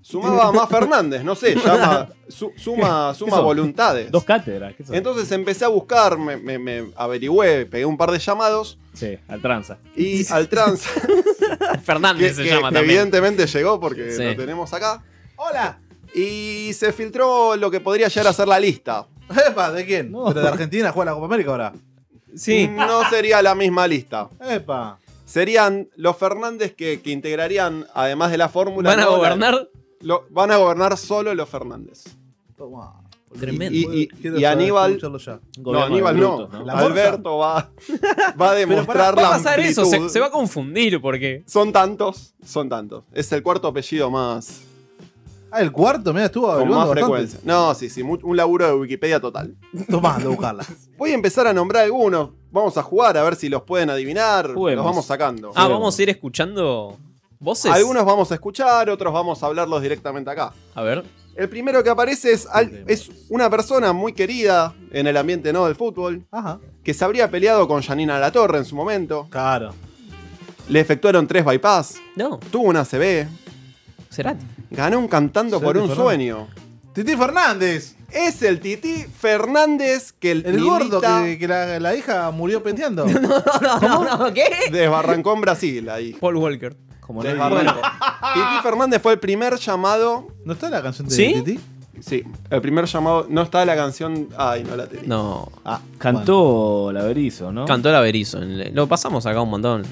Speaker 8: Sumaba más Fernández, no sé, llama- su- suma, suma
Speaker 9: ¿Qué son?
Speaker 8: voluntades.
Speaker 9: Dos cátedras. ¿qué son?
Speaker 8: Entonces empecé a buscar, me, me- me averigüé, pegué un par de llamados
Speaker 9: Sí, al tranza.
Speaker 8: y al trans.
Speaker 7: Fernández
Speaker 8: que-
Speaker 7: se
Speaker 8: que-
Speaker 7: llama
Speaker 8: que
Speaker 7: también.
Speaker 8: Evidentemente llegó porque
Speaker 7: Sí.
Speaker 8: lo tenemos acá. ¡Hola! Y se filtró lo que podría llegar a ser la lista.
Speaker 6: Epa, ¿de quién? Pero de Argentina juega la Copa América ahora.
Speaker 7: Sí.
Speaker 8: Mm, No sería la misma lista.
Speaker 6: Epa.
Speaker 8: Serían los Fernández que, que integrarían, además de la fórmula.
Speaker 7: ¿Van a
Speaker 8: ¿no? La-
Speaker 7: gobernar?
Speaker 8: lo- van a gobernar solo los Fernández.
Speaker 6: Toma.
Speaker 7: Tremendo.
Speaker 8: Y, y-
Speaker 6: Quiero
Speaker 8: y
Speaker 6: saber,
Speaker 8: Aníbal.
Speaker 6: escucharlo ya.
Speaker 8: No, Aníbal no.
Speaker 7: Bruto,
Speaker 6: ¿no?
Speaker 8: Alberto va, va a demostrar
Speaker 7: Va a
Speaker 8: la
Speaker 7: pasar eso, se,
Speaker 8: amplitud.
Speaker 7: se va a confundir porque.
Speaker 8: Son tantos, son tantos. Es el cuarto apellido más
Speaker 6: Ah, el cuarto, mira, estuvo
Speaker 8: con más
Speaker 6: averiguando
Speaker 8: frecuencia.
Speaker 6: bastante.
Speaker 8: No, sí, sí, mu- un laburo de Wikipedia total.
Speaker 6: Tomá, de buscarla.
Speaker 8: Voy a empezar a nombrar algunos. Vamos a jugar a ver si los pueden adivinar.
Speaker 7: Juguemos.
Speaker 8: Los vamos sacando.
Speaker 7: Ah, vamos a ir escuchando voces.
Speaker 8: Algunos vamos a escuchar, otros vamos a hablarlos directamente acá.
Speaker 7: A ver.
Speaker 8: El primero que aparece es, al- es una persona muy querida en el ambiente no del fútbol,
Speaker 6: Ajá.
Speaker 8: que se habría peleado con Janina Latorre en su momento.
Speaker 6: Claro.
Speaker 8: Le efectuaron tres bypass.
Speaker 7: No.
Speaker 8: Tuvo una CB.
Speaker 7: ¿Será?
Speaker 8: Ganó un cantando
Speaker 6: Cerati
Speaker 8: por un
Speaker 6: Fernández.
Speaker 8: sueño.
Speaker 6: Titi Fernández.
Speaker 8: Es el Titi Fernández que el,
Speaker 6: El gordo
Speaker 8: Milita
Speaker 6: que, que la, la hija murió penteando.
Speaker 7: ¿Qué?
Speaker 8: desbarrancó en Brasil ahí.
Speaker 7: Paul Walker.
Speaker 9: no hay-
Speaker 8: Desbarrancó. Titi Fernández fue el primer llamado.
Speaker 6: ¿No está la canción de
Speaker 8: ¿Sí?
Speaker 6: Titi?
Speaker 8: Sí, el primer llamado. No está la canción. Ay, no la tenía.
Speaker 7: No.
Speaker 8: Ah.
Speaker 9: Cantó la Berizo, ¿no?
Speaker 7: Cantó la Berizo. Lo pasamos acá un montón.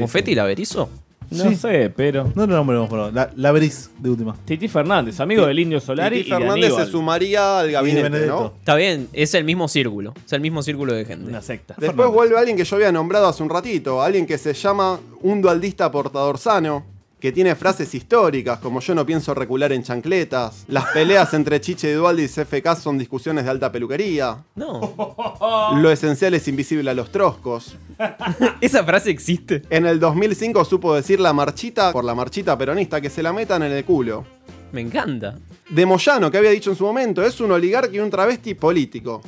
Speaker 7: ¿Mofetti la Berizo?
Speaker 9: No sé, pero.
Speaker 6: No lo nombremos, pero la, la bris de última.
Speaker 9: Titi Fernández, amigo del Indio Solari
Speaker 8: Titi
Speaker 9: y de
Speaker 8: Fernández
Speaker 9: Aníbal.
Speaker 8: se sumaría al gabinete,
Speaker 6: Benedetto.
Speaker 8: ¿no?
Speaker 7: Está bien, es el mismo círculo. Es el mismo círculo de gente.
Speaker 9: Una secta.
Speaker 8: Después vuelve alguien que yo había nombrado hace un ratito, alguien que se llama un dualdista portador sano, que tiene frases históricas como yo no pienso recular en chancletas, las peleas entre Chiche y Dualdi y CFK son discusiones de alta peluquería,
Speaker 7: No.
Speaker 8: lo esencial es invisible a los troscos.
Speaker 7: Esa frase existe.
Speaker 8: En el 2005 supo decir la marchita por la marchita peronista que se la metan en el culo.
Speaker 7: Me encanta.
Speaker 8: De Moyano, que había dicho en su momento, es un oligarca y un travesti político.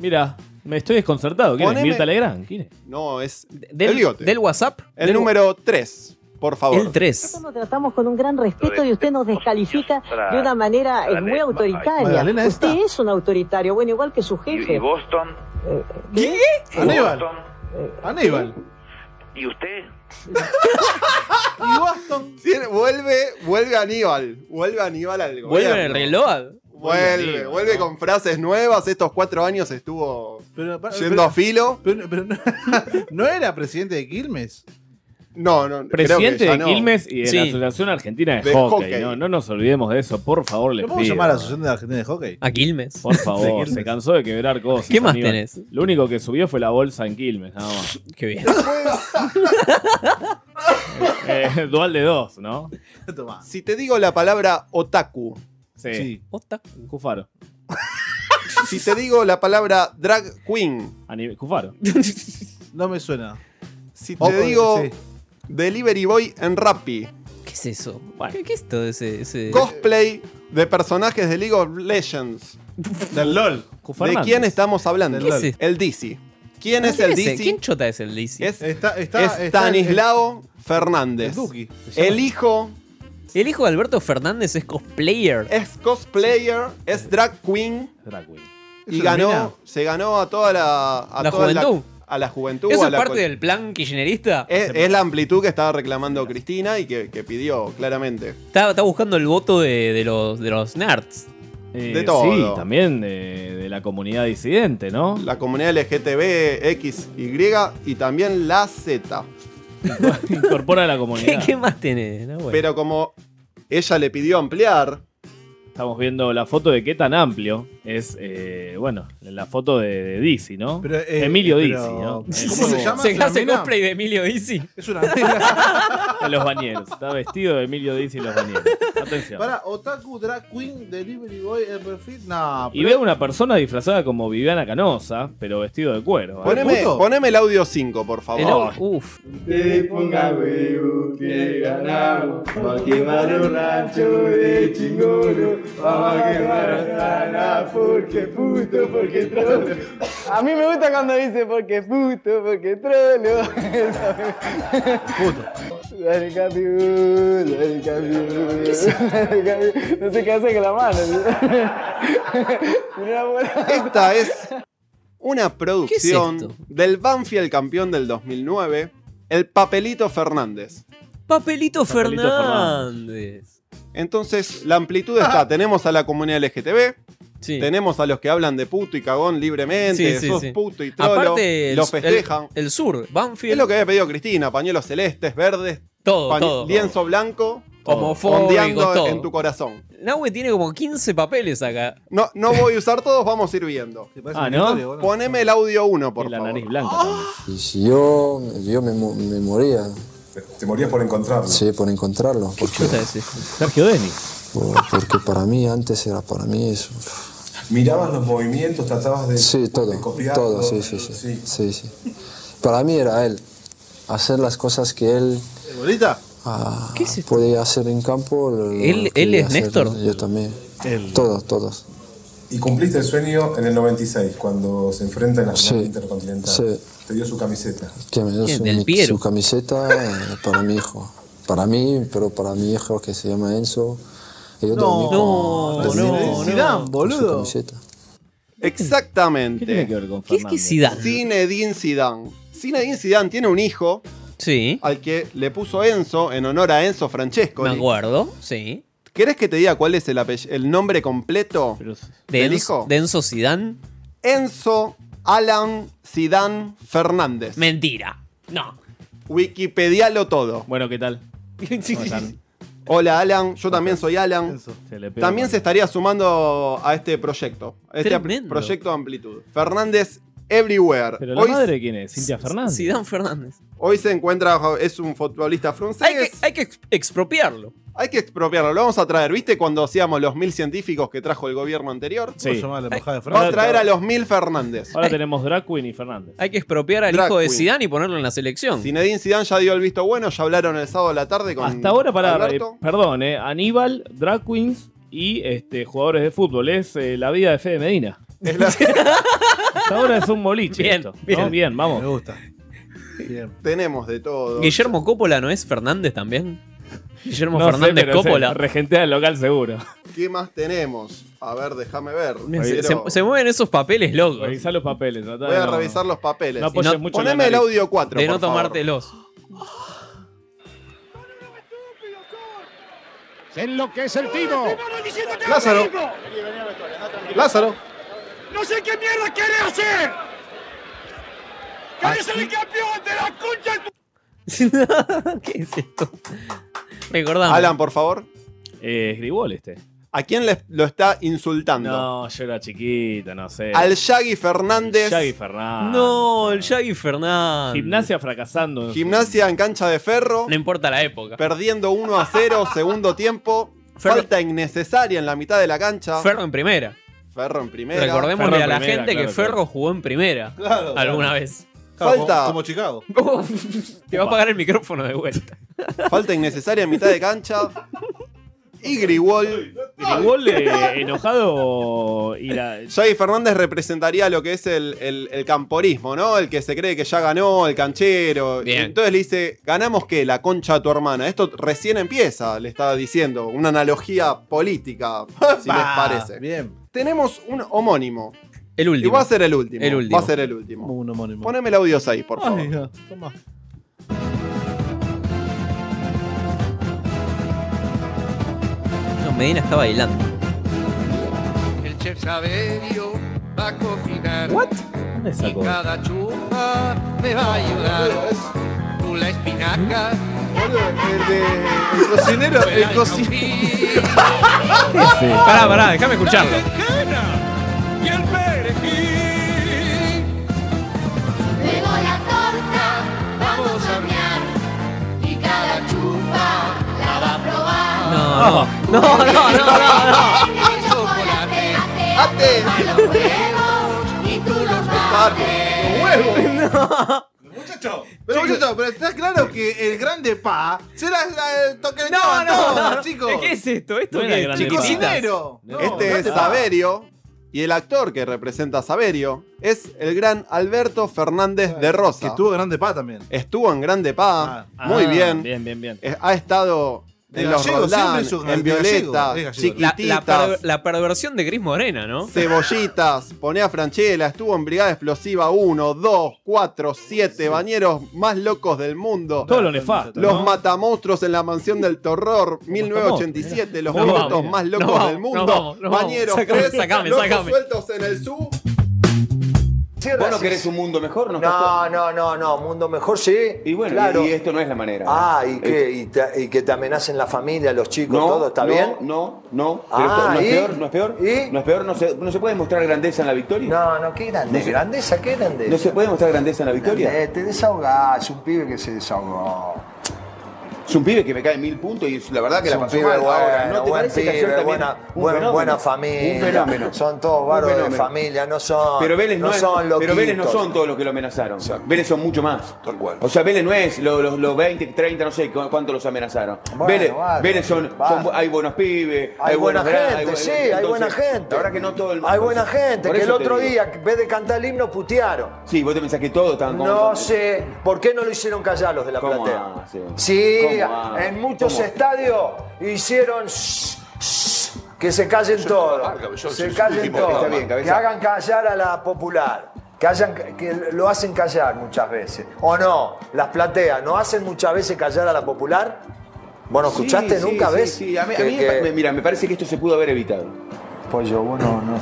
Speaker 9: Mira, me estoy desconcertado. ¿Quién
Speaker 8: Poneme-
Speaker 9: es Mirta Legrand? ¿Quién es?
Speaker 8: No, es
Speaker 7: Del,
Speaker 8: Eliote.
Speaker 7: del WhatsApp.
Speaker 8: El
Speaker 7: del-
Speaker 8: número 3, por favor.
Speaker 7: El 3.
Speaker 20: Lo tratamos con un gran respeto y usted nos descalifica de una manera eh, muy autoritaria.
Speaker 2: Magdalena esta.
Speaker 20: Usted es un autoritario, bueno, igual que su jefe.
Speaker 2: Boston?
Speaker 9: Eh,
Speaker 20: ¿Qué?
Speaker 6: Aníbal. Aníbal.
Speaker 2: ¿Y usted?
Speaker 6: Y Boston.
Speaker 8: Tiene- vuelve, vuelve Aníbal. Vuelve Aníbal al gobierno.
Speaker 7: Vuelve en el reload.
Speaker 8: Vuelve,
Speaker 6: Aníbal,
Speaker 8: vuelve con frases nuevas. Estos cuatro años estuvo
Speaker 6: Pero, para-
Speaker 8: yendo
Speaker 6: pero-
Speaker 8: a filo.
Speaker 6: pero- pero no, ¿no era presidente de Quilmes.
Speaker 8: No, no. creo que
Speaker 9: Presidente
Speaker 8: ya
Speaker 9: de
Speaker 8: no.
Speaker 9: Quilmes y de
Speaker 7: Sí.
Speaker 9: la Asociación Argentina de,
Speaker 8: De
Speaker 9: Hockey.
Speaker 8: hockey.
Speaker 9: No, no nos olvidemos de eso, por favor, les
Speaker 6: ¿Lo
Speaker 9: pido.
Speaker 6: podemos llamar a la Asociación de Argentina de Hockey?
Speaker 7: A Quilmes.
Speaker 9: Por
Speaker 6: De
Speaker 9: favor,
Speaker 6: Quilmes.
Speaker 9: se cansó de quebrar cosas.
Speaker 7: ¿Qué más
Speaker 9: Aníbal.
Speaker 7: tenés?
Speaker 9: Lo único que subió fue la bolsa en Quilmes, nada más.
Speaker 7: Qué bien.
Speaker 9: Eh, dual de dos, ¿no?
Speaker 6: Tomá.
Speaker 8: Si te digo la palabra otaku,
Speaker 9: Sí.
Speaker 6: Sí.
Speaker 9: Cufaro.
Speaker 8: si te digo la palabra drag queen,
Speaker 9: Aníbal- Cufaro.
Speaker 6: No me suena.
Speaker 8: si te
Speaker 6: Oh,
Speaker 8: digo
Speaker 6: sí.
Speaker 8: delivery boy en Rappi,
Speaker 7: ¿Qué es eso? ¿Qué, qué es todo ese.? ese...
Speaker 8: cosplay de personajes de League of Legends,
Speaker 6: Del LOL.
Speaker 8: ¿de
Speaker 9: Cufarnández.
Speaker 8: quién estamos hablando?
Speaker 7: ¿Qué es este?
Speaker 8: El DC. ¿Quién es
Speaker 7: ¿Quién
Speaker 8: el
Speaker 7: ese?
Speaker 8: DC?
Speaker 7: ¿Quién chota es el DC?
Speaker 8: Es
Speaker 6: Está, está,
Speaker 8: Es
Speaker 6: está-
Speaker 8: Stanislao Fernández.
Speaker 6: El Duki. Se llama.
Speaker 8: El hijo
Speaker 7: El hijo de Alberto Fernández es cosplayer.
Speaker 8: Es cosplayer, es drag queen.
Speaker 9: Drag queen.
Speaker 8: Y
Speaker 7: Eso termina.
Speaker 8: ganó, se ganó a toda la, a
Speaker 7: La
Speaker 8: toda
Speaker 7: juventud.
Speaker 8: a la juventud.
Speaker 7: ¿Eso
Speaker 8: a
Speaker 7: es
Speaker 8: la
Speaker 7: parte
Speaker 8: col-
Speaker 7: del plan kirchnerista?
Speaker 8: Es, es la amplitud que estaba reclamando Cristina y que, que pidió claramente.
Speaker 7: Está, está buscando el voto de, de los, de los nerds.
Speaker 9: Eh,
Speaker 8: De todo.
Speaker 9: Sí, también de, de la comunidad disidente, ¿no?
Speaker 8: La comunidad LGTB, X, Y y también la Z.
Speaker 9: Incorpora a la comunidad.
Speaker 8: ¿Qué- qué
Speaker 7: más tenés? No, bueno.
Speaker 8: Pero como ella le pidió ampliar.
Speaker 9: Estamos viendo la foto de qué tan amplio es, eh, bueno, la foto de, de Dizzy, ¿no?
Speaker 22: eh,
Speaker 9: Emilio
Speaker 6: Eh, pero-
Speaker 9: Dizzy, ¿no? Eh,
Speaker 6: ¿Cómo se llama?
Speaker 7: ¿Se
Speaker 6: ¿Es una
Speaker 7: hace
Speaker 6: mina?
Speaker 7: cosplay de Emilio Dizzy?
Speaker 6: Es una mina.
Speaker 9: De los bañeros. Está vestido de Emilio Dizzy y los bañeros. Atención.
Speaker 6: Para Otaku Drag Queen Delivery Boy RFIT. No,
Speaker 9: Y veo una persona disfrazada como Viviana Canosa, pero vestido de cuero. ¿eh?
Speaker 8: Poneme, poneme el audio 5, por favor.
Speaker 1: Oh.
Speaker 7: Uf.
Speaker 16: Te ponga huevo que ganamos, va a quemar un rancho de chingono, vamos a quemar hasta la porque puto, porque trolo.
Speaker 22: A mí me gusta cuando dice porque puto, porque trolo. puto. Dale capi, uh, dale capi, uh, dale, capi. No sé qué hace con la mano.
Speaker 8: Esta es una producción
Speaker 7: esto?
Speaker 8: del Banfield campeón del 2009, el Papelito Fernández.
Speaker 7: Papelito,
Speaker 8: Papelito
Speaker 7: Fernández. Ah.
Speaker 8: Entonces, la amplitud está. Tenemos a la comunidad LGTB. Tenemos a los que hablan de puto y cagón libremente.
Speaker 7: Sí, sí,
Speaker 8: sos
Speaker 7: sí.
Speaker 8: puto y trolo.
Speaker 7: Aparte, el-
Speaker 8: lo festejan.
Speaker 7: El, sur, Banfield.
Speaker 8: Es lo que había pedido Cristina. Pañuelos celestes, verdes.
Speaker 7: Todo,
Speaker 8: pañu-
Speaker 7: todo.
Speaker 8: Lienzo blanco.
Speaker 7: Homofóbicos,
Speaker 8: ondeando
Speaker 7: todo.
Speaker 8: en tu corazón.
Speaker 7: Nahue tiene como 15 papeles acá.
Speaker 8: No, no voy a usar todos, vamos a ir viendo.
Speaker 7: Ah, un ¿no? escritorio, boludo.
Speaker 8: Poneme el audio 1, por favor.
Speaker 23: Y si yo, yo me, mu- me moría. ¿Te morías por encontrarlo? Sí, por encontrarlo. porque,
Speaker 9: Sergio Denis.
Speaker 23: porque para mí antes era para mí eso.
Speaker 24: Mirabas los movimientos, tratabas de,
Speaker 23: Sí, todo.
Speaker 24: de copiar.
Speaker 23: Todo, sí, sí, sí, sí, sí. Para mí era él. Hacer las cosas que él
Speaker 6: ¿Bolita?
Speaker 23: ah, podía hacer en campo. lo- lo
Speaker 24: ¿Él-
Speaker 23: que
Speaker 24: él es
Speaker 23: hacer
Speaker 24: Néstor?
Speaker 23: Yo también. Todos, todos.
Speaker 24: Y cumpliste el sueño en el 96, cuando se enfrenta en la final
Speaker 23: Sí,
Speaker 24: intercontinental.
Speaker 23: sí.
Speaker 24: Te dio su camiseta.
Speaker 23: Que me dio
Speaker 24: ¿Quién?
Speaker 23: su,
Speaker 24: Del
Speaker 23: mi-
Speaker 24: Piero.
Speaker 23: su camiseta eh, para mi hijo. Para mí, pero para mi hijo que se llama Enzo. y yo dormí con-
Speaker 7: No,
Speaker 23: dormí
Speaker 7: no, no.
Speaker 23: con- con su
Speaker 7: boludo.
Speaker 23: camiseta.
Speaker 8: Exactamente.
Speaker 23: ¿Qué tiene que ver
Speaker 9: con
Speaker 23: ¿Qué es que Fernández? Zidane?
Speaker 8: Zinedine Zidane. Zinedine Zidane tiene un hijo.
Speaker 7: Sí.
Speaker 8: Al que le puso Enzo en honor a Enzo Francesco.
Speaker 7: Me acuerdo, sí.
Speaker 8: ¿Querés que te diga cuál es el, apell- el nombre completo
Speaker 7: De
Speaker 8: del
Speaker 7: Enzo,
Speaker 8: hijo?
Speaker 7: de Enzo Zidane.
Speaker 8: Enzo Alan Zidane Fernández.
Speaker 7: Mentira. No.
Speaker 8: Wikipedialo todo.
Speaker 9: Bueno, ¿qué tal?
Speaker 8: Hola Alan, yo también soy Alan.
Speaker 9: Se le pega
Speaker 8: También
Speaker 9: con-
Speaker 8: se estaría sumando a este proyecto. A este
Speaker 9: Tremendo.
Speaker 8: proyecto de amplitud. Fernández Everywhere.
Speaker 9: Pero la madre, ¿quién es? Cintia Fernández.
Speaker 7: Zidane Fernández.
Speaker 8: Hoy se encuentra, es un futbolista francés. Hay que,
Speaker 7: ex- expropiarlo.
Speaker 8: Hay que expropiarlo, lo vamos a traer. ¿Viste cuando hacíamos los mil científicos que trajo el gobierno anterior?
Speaker 9: Sí. ¿Cómo se llamaba la embajada de
Speaker 8: Vamos a
Speaker 9: Francia?
Speaker 8: traer a los mil Fernández.
Speaker 9: Ahora tenemos Drag Queen y Fernández.
Speaker 7: Hay que expropiar al
Speaker 8: Drag
Speaker 7: hijo de
Speaker 8: queen.
Speaker 7: Zidane y ponerlo en la selección.
Speaker 8: Zinedine Zidane ya dio el visto bueno, ya hablaron el sábado a la tarde con
Speaker 9: Hasta ahora, para.
Speaker 8: Alberto.
Speaker 9: perdón, eh, Aníbal, Drag Queens y este, jugadores de fútbol. Es eh, la vida de Fede Medina. Hasta ahora es un boliche. Bien, bien. bien vamos. Me
Speaker 6: gusta.
Speaker 9: eh,
Speaker 8: Tenemos de todo.
Speaker 7: Guillermo Coppola no es Fernández también. Guillermo
Speaker 9: No sé,
Speaker 7: Fernández
Speaker 9: pero se
Speaker 7: Coppola.
Speaker 9: Regentea el local seguro.
Speaker 8: ¿Qué más tenemos? A ver, déjame ver.
Speaker 7: Mira, Se,
Speaker 8: Quiero-
Speaker 7: se- se mueven esos papeles locos.
Speaker 9: Revisar los papeles. Voy
Speaker 8: Voy a revisar los papeles.
Speaker 7: No apoyes mucho la
Speaker 8: Poneme el
Speaker 7: nariz.
Speaker 8: audio 4.
Speaker 7: De
Speaker 8: por
Speaker 7: no
Speaker 8: favor.
Speaker 7: tomártelos.
Speaker 25: Se enloquece el timo.
Speaker 8: Lázaro. Lázaro.
Speaker 25: No sé qué mierda quiere hacer. ¡Querés ser el campeón de la concha! de tu-
Speaker 7: ¿Qué es esto? Recordame.
Speaker 8: Alan, por favor.
Speaker 9: es Gribol este.
Speaker 8: ¿A quién le- lo está insultando?
Speaker 9: No, yo era chiquito, no sé.
Speaker 8: Al Eh, Shaggy Fernández.
Speaker 9: Shaggy Fernández.
Speaker 7: No, el Shaggy Fernández.
Speaker 9: Gimnasia fracasando. en-
Speaker 8: Gimnasia en cancha de ferro.
Speaker 7: No importa la época.
Speaker 8: Perdiendo 1 a 0, segundo tiempo. Falta innecesaria en la mitad de la cancha.
Speaker 7: Ferro en primera.
Speaker 8: Ferro en primera.
Speaker 7: Recordémosle
Speaker 8: Ferro en
Speaker 7: a la
Speaker 8: primera,
Speaker 7: gente
Speaker 8: claro,
Speaker 7: que
Speaker 8: claro.
Speaker 7: Ferro jugó en primera.
Speaker 8: Claro,
Speaker 7: alguna
Speaker 8: claro.
Speaker 7: vez.
Speaker 8: Falta.
Speaker 6: Como, como Chicago.
Speaker 7: Te va a apagar el micrófono de vuelta.
Speaker 8: Falta innecesaria en mitad de cancha. y Grigol.
Speaker 23: Grigol eh, enojado y la.
Speaker 8: Javi Fernández representaría lo que es el, el- el camporismo, ¿no? El que se cree que ya ganó, el canchero.
Speaker 7: Bien.
Speaker 8: Entonces le dice, ¿ganamos qué? La concha a tu hermana. Esto recién empieza, le estaba diciendo. Una analogía política, si les
Speaker 6: Pa,
Speaker 8: parece. Bien. Tenemos un homónimo.
Speaker 7: El último.
Speaker 8: Y va a ser el último.
Speaker 7: El último. Ah,
Speaker 8: Va a ser el último. Un homónimo. Poneme el audio 6, por favor.
Speaker 7: No, Medina está bailando.
Speaker 26: El chef Saverio va a cocinar.
Speaker 23: ¿Dónde
Speaker 26: Y cada chufa me va a ayudar. Tú la espinaca.
Speaker 6: El cocinero, el
Speaker 7: Pará, pará, déjame escucharlo.
Speaker 27: Y el perejil.
Speaker 2: Luego la torta vamos a hornear y cada chupa la va a probar.
Speaker 7: No, no, no, no, no, no.
Speaker 2: Tiene chocolate, ate, a los huevos y tú los bates.
Speaker 6: ¡Huevo! Muchacho, pero muchacho, pero está claro que el grande pa se la, la toqueteaba toda, chicos.
Speaker 7: ¿Qué es esto? ¿Esto
Speaker 6: No
Speaker 7: qué
Speaker 6: era
Speaker 7: es?
Speaker 6: grande
Speaker 7: Chiquititas.
Speaker 6: Cocinero. No,
Speaker 8: Este es
Speaker 6: date pa.
Speaker 8: Saverio. Y el actor que representa a Saverio es el gran Alberto Fernández de Rosa.
Speaker 6: Que estuvo en Grande Pa también.
Speaker 8: Estuvo en Grande Pa. muy
Speaker 23: Ah,
Speaker 8: bien.
Speaker 23: Bien, bien, bien.
Speaker 8: Eh, Ha estado
Speaker 6: De
Speaker 8: en los
Speaker 6: gallego,
Speaker 8: Roldán,
Speaker 6: siempre es un-
Speaker 8: en
Speaker 6: de gallego,
Speaker 8: Violeta,
Speaker 6: es gallego.
Speaker 7: La, la
Speaker 8: Chiquititas,
Speaker 7: perver- la perversión de Gris Morena, ¿no?
Speaker 8: Cebollitas, Poné a Franchella, estuvo en Brigada Explosiva 1, 2, 4, 7, bañeros más locos del mundo.
Speaker 23: Todo lo nefasto.
Speaker 8: Los
Speaker 23: ¿no?
Speaker 8: matamonstruos en la mansión del terror, 1987, los
Speaker 23: Nos
Speaker 8: minutos
Speaker 23: vamos.
Speaker 8: más locos
Speaker 23: Nos vamos,
Speaker 8: del
Speaker 23: nos
Speaker 8: mundo.
Speaker 23: vamos, nos vamos.
Speaker 8: Bañeros,
Speaker 23: Sacame,
Speaker 8: tres,
Speaker 23: sacame,
Speaker 8: locos
Speaker 23: sacame.
Speaker 8: sueltos en el sur.
Speaker 13: ¿Vos no querés un mundo mejor? No,
Speaker 10: No, no, no, no, mundo mejor sí.
Speaker 13: Y bueno,
Speaker 10: Claro.
Speaker 13: y, y esto no es la manera.
Speaker 10: Ah, y
Speaker 13: Eh,
Speaker 10: que, y te, y que te amenacen la familia, los chicos,
Speaker 13: No,
Speaker 10: todo, ¿está
Speaker 13: no,
Speaker 10: bien?
Speaker 13: No, no, pero
Speaker 10: Ah,
Speaker 13: no es
Speaker 10: ¿y?
Speaker 13: peor, no es peor. No es peor, no se, no se puede mostrar grandeza en la victoria.
Speaker 10: No, no, qué grande,
Speaker 13: No se-
Speaker 10: grandeza, qué grandeza.
Speaker 13: ¿No se puede mostrar grandeza en la victoria?
Speaker 10: Eh, te desahogás, un pibe que se desahogó.
Speaker 13: Es un pibe que me cae mil puntos y la verdad que
Speaker 10: Es
Speaker 13: la
Speaker 10: un
Speaker 13: pasó
Speaker 10: pibe
Speaker 13: mal
Speaker 10: bueno,
Speaker 13: ahora. ¿No te
Speaker 10: buen
Speaker 13: parece que ayer
Speaker 10: pibe,
Speaker 13: también
Speaker 10: buena,
Speaker 13: un
Speaker 10: buen-
Speaker 13: fenómeno?
Speaker 10: buena
Speaker 13: Un
Speaker 10: familia.
Speaker 13: fenómeno.
Speaker 10: Son todos varos
Speaker 13: Un
Speaker 10: de
Speaker 13: fenómeno.
Speaker 10: familia, no son.
Speaker 13: Pero Vélez no,
Speaker 10: no
Speaker 13: es-
Speaker 10: son
Speaker 13: pero Vélez no
Speaker 10: loquitos.
Speaker 13: son todos los que lo amenazaron. Vélez son mucho más. Tal cual. O sea, Vélez no es lo- los los 20, 30, no sé cu- cuántos los amenazaron.
Speaker 10: Bueno,
Speaker 13: Vélez,
Speaker 10: bueno,
Speaker 13: Vélez son, son-
Speaker 10: bueno.
Speaker 13: hay buenos pibes,
Speaker 10: Hay, buena
Speaker 13: buenos gran-
Speaker 10: gente,
Speaker 13: bu-
Speaker 10: sí, hay buena
Speaker 13: entonces,
Speaker 10: gente.
Speaker 13: La verdad que no todo el
Speaker 10: Hay buena
Speaker 13: entonces,
Speaker 10: gente,
Speaker 13: por
Speaker 10: que el
Speaker 13: eso te
Speaker 10: otro
Speaker 13: digo.
Speaker 10: día, en vez de cantar el himno, putearon.
Speaker 13: Sí, vos te pensás que todos estaban con-
Speaker 10: No
Speaker 13: con-
Speaker 10: sé, ¿por qué no lo hicieron callar los de la
Speaker 13: ¿Cómo
Speaker 10: platea?
Speaker 13: hace?
Speaker 10: Sí,
Speaker 13: ¿Cómo hace?
Speaker 10: en muchos
Speaker 13: ¿Cómo?
Speaker 10: estadios hicieron shh, shh, que se callen todos. Se callen todos.
Speaker 13: Está bien, cabeza.
Speaker 10: Que hagan callar a la popular. Que, hayan- que lo hacen callar muchas veces. O no, las plateas, ¿no hacen muchas veces callar a la popular? Bueno,
Speaker 13: Sí,
Speaker 10: ¿escuchaste
Speaker 13: sí,
Speaker 10: nunca,
Speaker 13: sí,
Speaker 10: ves?
Speaker 13: Sí, a mí, a
Speaker 10: Que-
Speaker 13: mí
Speaker 10: que-
Speaker 13: me- mira, me parece que esto se pudo haber evitado.
Speaker 10: Pollo, vos no, no.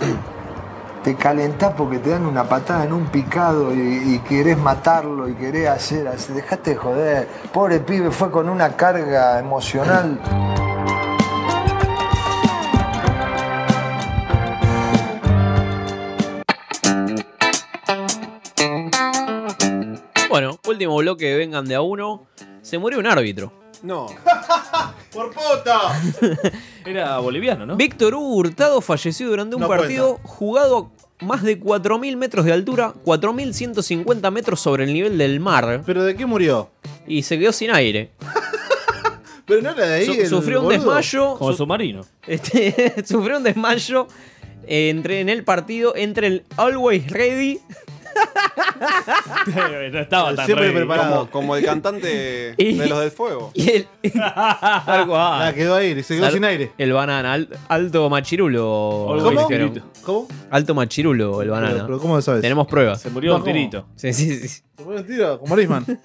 Speaker 10: Te calentás porque te dan una patada en un picado y, y querés matarlo y querés hacer así. Dejate de joder. Pobre pibe, fue con una carga emocional.
Speaker 7: Bueno, último bloque de Vengan de a uno. Se murió un árbitro.
Speaker 8: No.
Speaker 6: ¡Por puta!
Speaker 23: Era boliviano, ¿no?
Speaker 7: Víctor Hugo Hurtado falleció durante un
Speaker 23: No
Speaker 7: partido jugado a más de 4.000 metros de altura, 4.150 metros sobre el nivel del mar.
Speaker 6: ¿Pero de qué murió?
Speaker 7: Y se quedó sin aire.
Speaker 6: Pero no era de ahí.
Speaker 7: Su-
Speaker 6: el
Speaker 7: sufrió un
Speaker 6: boludo.
Speaker 7: desmayo.
Speaker 23: Como
Speaker 7: su-
Speaker 23: submarino.
Speaker 7: este, sufrió un desmayo eh, entre, en el partido entre el Always Ready
Speaker 23: Eh, no estaba tan
Speaker 6: Siempre
Speaker 23: ready.
Speaker 6: preparado.
Speaker 8: Como, como el cantante
Speaker 7: Y-
Speaker 8: de los del fuego.
Speaker 7: y el. Tal cual.
Speaker 6: Ah, quedó aire, se quedó
Speaker 7: Al-
Speaker 6: sin aire.
Speaker 7: El banana, al- alto machirulo.
Speaker 6: ¿Cómo?
Speaker 7: dijeron.
Speaker 6: ¿Cómo?
Speaker 7: Alto machirulo el banana.
Speaker 6: pero ¿cómo lo sabes?
Speaker 7: Tenemos pruebas.
Speaker 23: Se murió
Speaker 6: No,
Speaker 23: un
Speaker 6: ¿cómo?
Speaker 23: tirito.
Speaker 7: Sí, sí, sí.
Speaker 6: ¿Te pones un tiro? Como Lisman.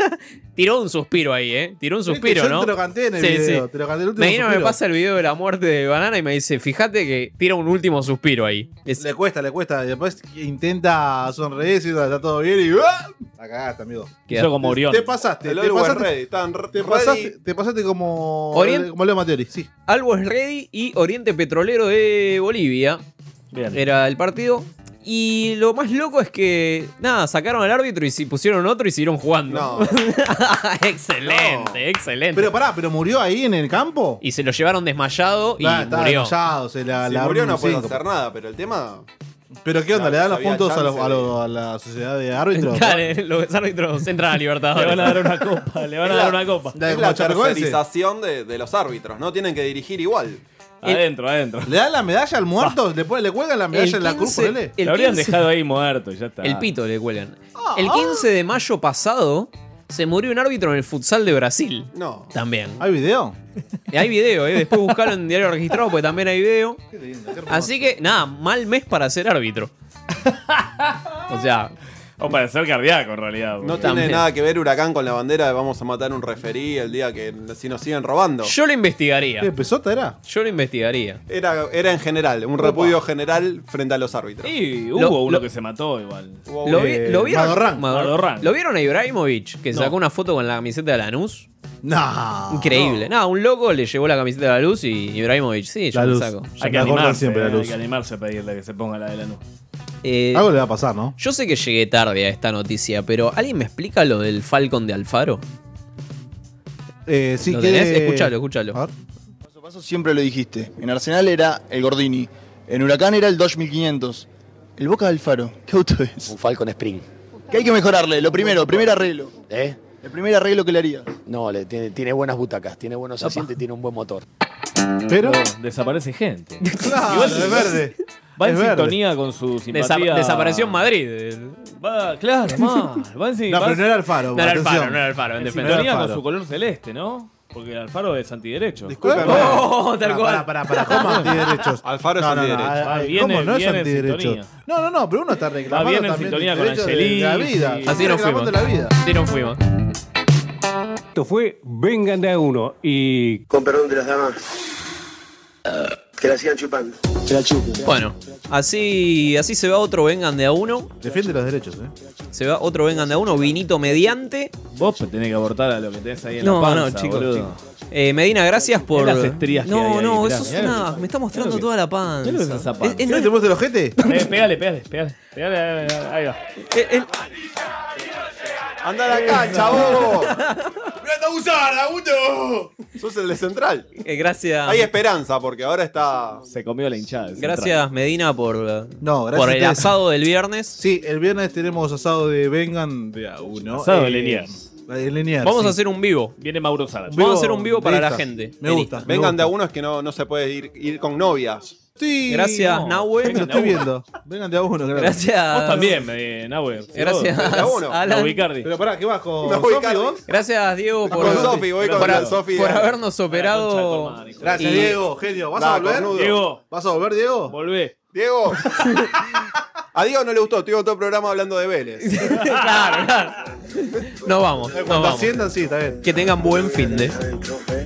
Speaker 7: Tiró un suspiro ahí, ¿eh? Tiró un
Speaker 6: Viste,
Speaker 7: suspiro,
Speaker 6: yo
Speaker 7: ¿no?
Speaker 6: te lo canté en el
Speaker 7: Sí,
Speaker 6: video,
Speaker 7: sí.
Speaker 6: te lo canté el último
Speaker 7: Medina me
Speaker 6: suspiro.
Speaker 7: pasa el video de la muerte de Banana y me dice, fíjate que tira un último suspiro ahí. Es-
Speaker 6: Le cuesta, le cuesta. Y después intenta sonreírse y está todo bien y. ¡ah! La cagaste, amigo.
Speaker 7: queda-
Speaker 23: Yo como Orión.
Speaker 6: Te pasaste,
Speaker 8: El
Speaker 6: te
Speaker 8: Always
Speaker 6: pasaste,
Speaker 8: Ready. Tan
Speaker 6: te pasaste, te pasaste como.
Speaker 7: Orient-
Speaker 6: Como Leo Mateori, sí.
Speaker 7: Albo es ready y Oriente Petrolero de Bolivia.
Speaker 23: Bien.
Speaker 7: Era el partido. Y lo más loco es que, nada, sacaron al árbitro y si pusieron otro y siguieron jugando.
Speaker 8: No.
Speaker 7: excelente, excelente.
Speaker 6: Pero pará, pero murió ahí en el campo.
Speaker 7: y se lo llevaron desmayado y
Speaker 6: Ah, estaba
Speaker 7: murió.
Speaker 6: desmayado, se la,
Speaker 8: Si
Speaker 6: la
Speaker 8: murió no
Speaker 6: un
Speaker 8: puede
Speaker 6: cinco.
Speaker 8: hacer nada, pero el tema.
Speaker 6: Pero ¿qué onda?
Speaker 8: Claro,
Speaker 6: ¿Le dan los
Speaker 8: había
Speaker 6: puntos a, los-
Speaker 8: chance
Speaker 6: a los- a la sociedad de árbitros?
Speaker 7: Dale, los árbitros entran a
Speaker 23: Le van a
Speaker 7: Libertadores.
Speaker 23: dar una copa, le van a dar una copa.
Speaker 6: Dale,
Speaker 8: es
Speaker 6: como
Speaker 8: la
Speaker 6: Chapecoense.
Speaker 8: tercerización de, de los árbitros, ¿no? Tienen que dirigir igual.
Speaker 9: Adentro, adentro.
Speaker 6: ¿Le dan la medalla
Speaker 7: Ah.
Speaker 6: al muerto? ¿Le, pone- le cuelgan la medalla en la cruz? ponele?
Speaker 9: Lo habrían dejado ahí muerto y ya está.
Speaker 7: El pito le cuelgan.
Speaker 8: Ah.
Speaker 7: El 15 de mayo pasado se murió un árbitro en el futsal de Brasil.
Speaker 8: No.
Speaker 7: También.
Speaker 6: ¿Hay video?
Speaker 7: Hay video, ¿eh? después buscaron en diario registrado, pues también hay video. Así que, nada, mal mes para ser árbitro. o sea.
Speaker 9: O para ser cardíaco, en realidad.
Speaker 8: No tiene nada que ver Huracán con la bandera de vamos a matar un referí el día que si nos siguen robando.
Speaker 7: Yo lo investigaría.
Speaker 8: ¿Qué,
Speaker 6: pesota era?
Speaker 7: Yo lo investigaría.
Speaker 8: Era, era en general, un repudio general frente a los árbitros.
Speaker 9: Y hubo
Speaker 7: Lo-
Speaker 9: uno
Speaker 7: lo-
Speaker 9: que se mató igual.
Speaker 7: ¿Lo, vi-
Speaker 9: Eh,
Speaker 7: lo vieron?
Speaker 9: Madorrán.
Speaker 7: Mador-
Speaker 9: Madorrán.
Speaker 7: ¿Lo vieron a Ibrahimovic? Que
Speaker 9: No.
Speaker 7: sacó una foto con la camiseta de Lanús.
Speaker 6: No.
Speaker 7: Increíble. No, un loco le llevó la camiseta de la luz y Ibrahimovic, sí, yo
Speaker 6: La
Speaker 7: la
Speaker 6: Luz.
Speaker 7: saco.
Speaker 9: Hay que,
Speaker 6: Me acuerdo
Speaker 9: animarse,
Speaker 6: siempre la
Speaker 9: eh,
Speaker 6: luz.
Speaker 9: hay que animarse a pedirle que se ponga la de la luz.
Speaker 7: Eh,
Speaker 6: Algo le va a pasar, ¿no?
Speaker 7: Yo sé que llegué tarde a esta noticia, pero ¿alguien me explica lo del Falcon de Alfaro?
Speaker 6: Eh, sí,
Speaker 7: ¿Lo
Speaker 6: que-
Speaker 7: tenés? Escúchalo, escúchalo.
Speaker 5: Paso a paso siempre lo dijiste. En Arsenal era el Gordini. En Huracán era el 2500. El Boca de Alfaro. ¿Qué auto es? Un Falcon Spring. ¿Qué hay que mejorarle? Lo primero, primer arreglo.
Speaker 11: ¿Eh?
Speaker 5: El primer arreglo que le harías.
Speaker 11: No, le- tiene, tiene buenas butacas, tiene buenos asientos y tiene un buen motor.
Speaker 9: Pero desaparece gente. Igual
Speaker 11: es verde.
Speaker 9: Va en
Speaker 11: Es verde.
Speaker 9: sintonía con su simpatía.
Speaker 7: Desa- desapareció en Madrid.
Speaker 2: Ah,
Speaker 9: Va, claro, mal. Va en sin-
Speaker 7: No,
Speaker 9: va-
Speaker 7: pero no era Alfaro,
Speaker 9: No era
Speaker 7: atención.
Speaker 9: Alfaro, no era Alfaro. En
Speaker 7: En
Speaker 9: sintonía
Speaker 7: defensa.
Speaker 9: con su color celeste, ¿no? Porque Alfaro es antiderecho.
Speaker 6: Discúlpame.
Speaker 9: Oh,
Speaker 6: Pará, pará, pará, pará. ¿Cómo antiderechos?
Speaker 9: Alfaro es antiderecho.
Speaker 6: ah,
Speaker 9: Ah,
Speaker 6: eh,
Speaker 9: viene-
Speaker 6: ¿Cómo no es
Speaker 9: viene en
Speaker 6: antiderecho?
Speaker 9: sintonía.
Speaker 6: No, no, no, pero uno está reclamando
Speaker 9: bien en
Speaker 6: también
Speaker 9: sintonía
Speaker 6: el
Speaker 9: con
Speaker 6: derecho de la
Speaker 9: Angelici.
Speaker 6: vida.
Speaker 9: Así
Speaker 6: Está
Speaker 9: no
Speaker 6: reclamando la vida.
Speaker 7: Sí, nos fuimos.
Speaker 12: Esto fue Vengan de a uno y. Con perdón de las damas.
Speaker 13: Ah.
Speaker 11: Que la sigan chupando.
Speaker 7: Bueno, así, así se va otro Vengan de a uno.
Speaker 6: Defiende los derechos, ¿eh?
Speaker 7: Se va otro Vengan de a uno, vinito mediante.
Speaker 9: Vos pues tenés que abortar a lo que tenés ahí en
Speaker 7: No,
Speaker 9: la panza,
Speaker 7: no, chicos,
Speaker 9: boludo.
Speaker 7: chicos. Eh, Medina, gracias por.
Speaker 9: las estrías que
Speaker 7: no,
Speaker 9: hay ahí,
Speaker 7: no,
Speaker 9: mirá.
Speaker 7: eso es
Speaker 9: Mirá lo
Speaker 7: una.
Speaker 9: que-
Speaker 7: Me está mostrando
Speaker 9: mirá lo que-
Speaker 7: toda la panza.
Speaker 9: mirá lo que es esa panza.
Speaker 7: es-
Speaker 9: ¿Qué, te
Speaker 6: muestra el ojete?
Speaker 9: Eh, pegale, pegale, pegale. pegale, ahí va, ahí va.
Speaker 7: Eh,
Speaker 8: Anda a la cancha, bobo. ¡Plata abusar, abundo! Sos el de central.
Speaker 7: Eh, gracias.
Speaker 8: Hay esperanza porque ahora está.
Speaker 9: Se comió la hinchada.
Speaker 7: Gracias, Medina, por, eh,
Speaker 6: No, gracias
Speaker 7: por
Speaker 6: a
Speaker 7: el
Speaker 6: ustedes.
Speaker 7: asado del viernes.
Speaker 6: Sí, el viernes tenemos asado de Vengan de a uno. Eh,
Speaker 7: Asado de
Speaker 9: Liniers.
Speaker 6: De Liniers,
Speaker 7: Vamos
Speaker 6: sí.
Speaker 7: a hacer un vivo.
Speaker 9: eh, Viene Mauro Sala.
Speaker 6: Vamos a hacer un vivo para la gente. Me gusta, me
Speaker 8: Vengan
Speaker 6: gusta.
Speaker 8: de a uno es que no, no se puede ir, ir con novias.
Speaker 6: Sí, no, Lo estoy viendo. Vengan de a uno, gracias.
Speaker 9: Vos también, eh, Nahue. Si
Speaker 7: Gracias,
Speaker 9: vos-
Speaker 7: Alan.
Speaker 9: No, Icardi.
Speaker 6: Pero pará, ¿qué vas con
Speaker 9: No,
Speaker 6: Sofi
Speaker 9: Icardi.
Speaker 6: vos?
Speaker 7: Gracias, Diego, por,
Speaker 6: Con Sofi, voy con
Speaker 7: por-
Speaker 6: la Sofi,
Speaker 7: por
Speaker 6: dale.
Speaker 7: habernos operado.
Speaker 6: Gracias,
Speaker 7: Y-
Speaker 6: Diego, genio. ¿Vas a
Speaker 8: Da,
Speaker 6: volver?
Speaker 8: cornudo.
Speaker 6: ¿Vas a volver, Diego?
Speaker 9: Volvé.
Speaker 8: Diego. a Diego no le gustó, Diego todo el programa hablando de Vélez.
Speaker 7: claro, claro. Nos vamos. nos
Speaker 6: Cuando
Speaker 7: vamos.
Speaker 6: Eh, asciendan, sí, está bien.
Speaker 7: Que tengan buen fin de.
Speaker 8: Adentro, ¿eh?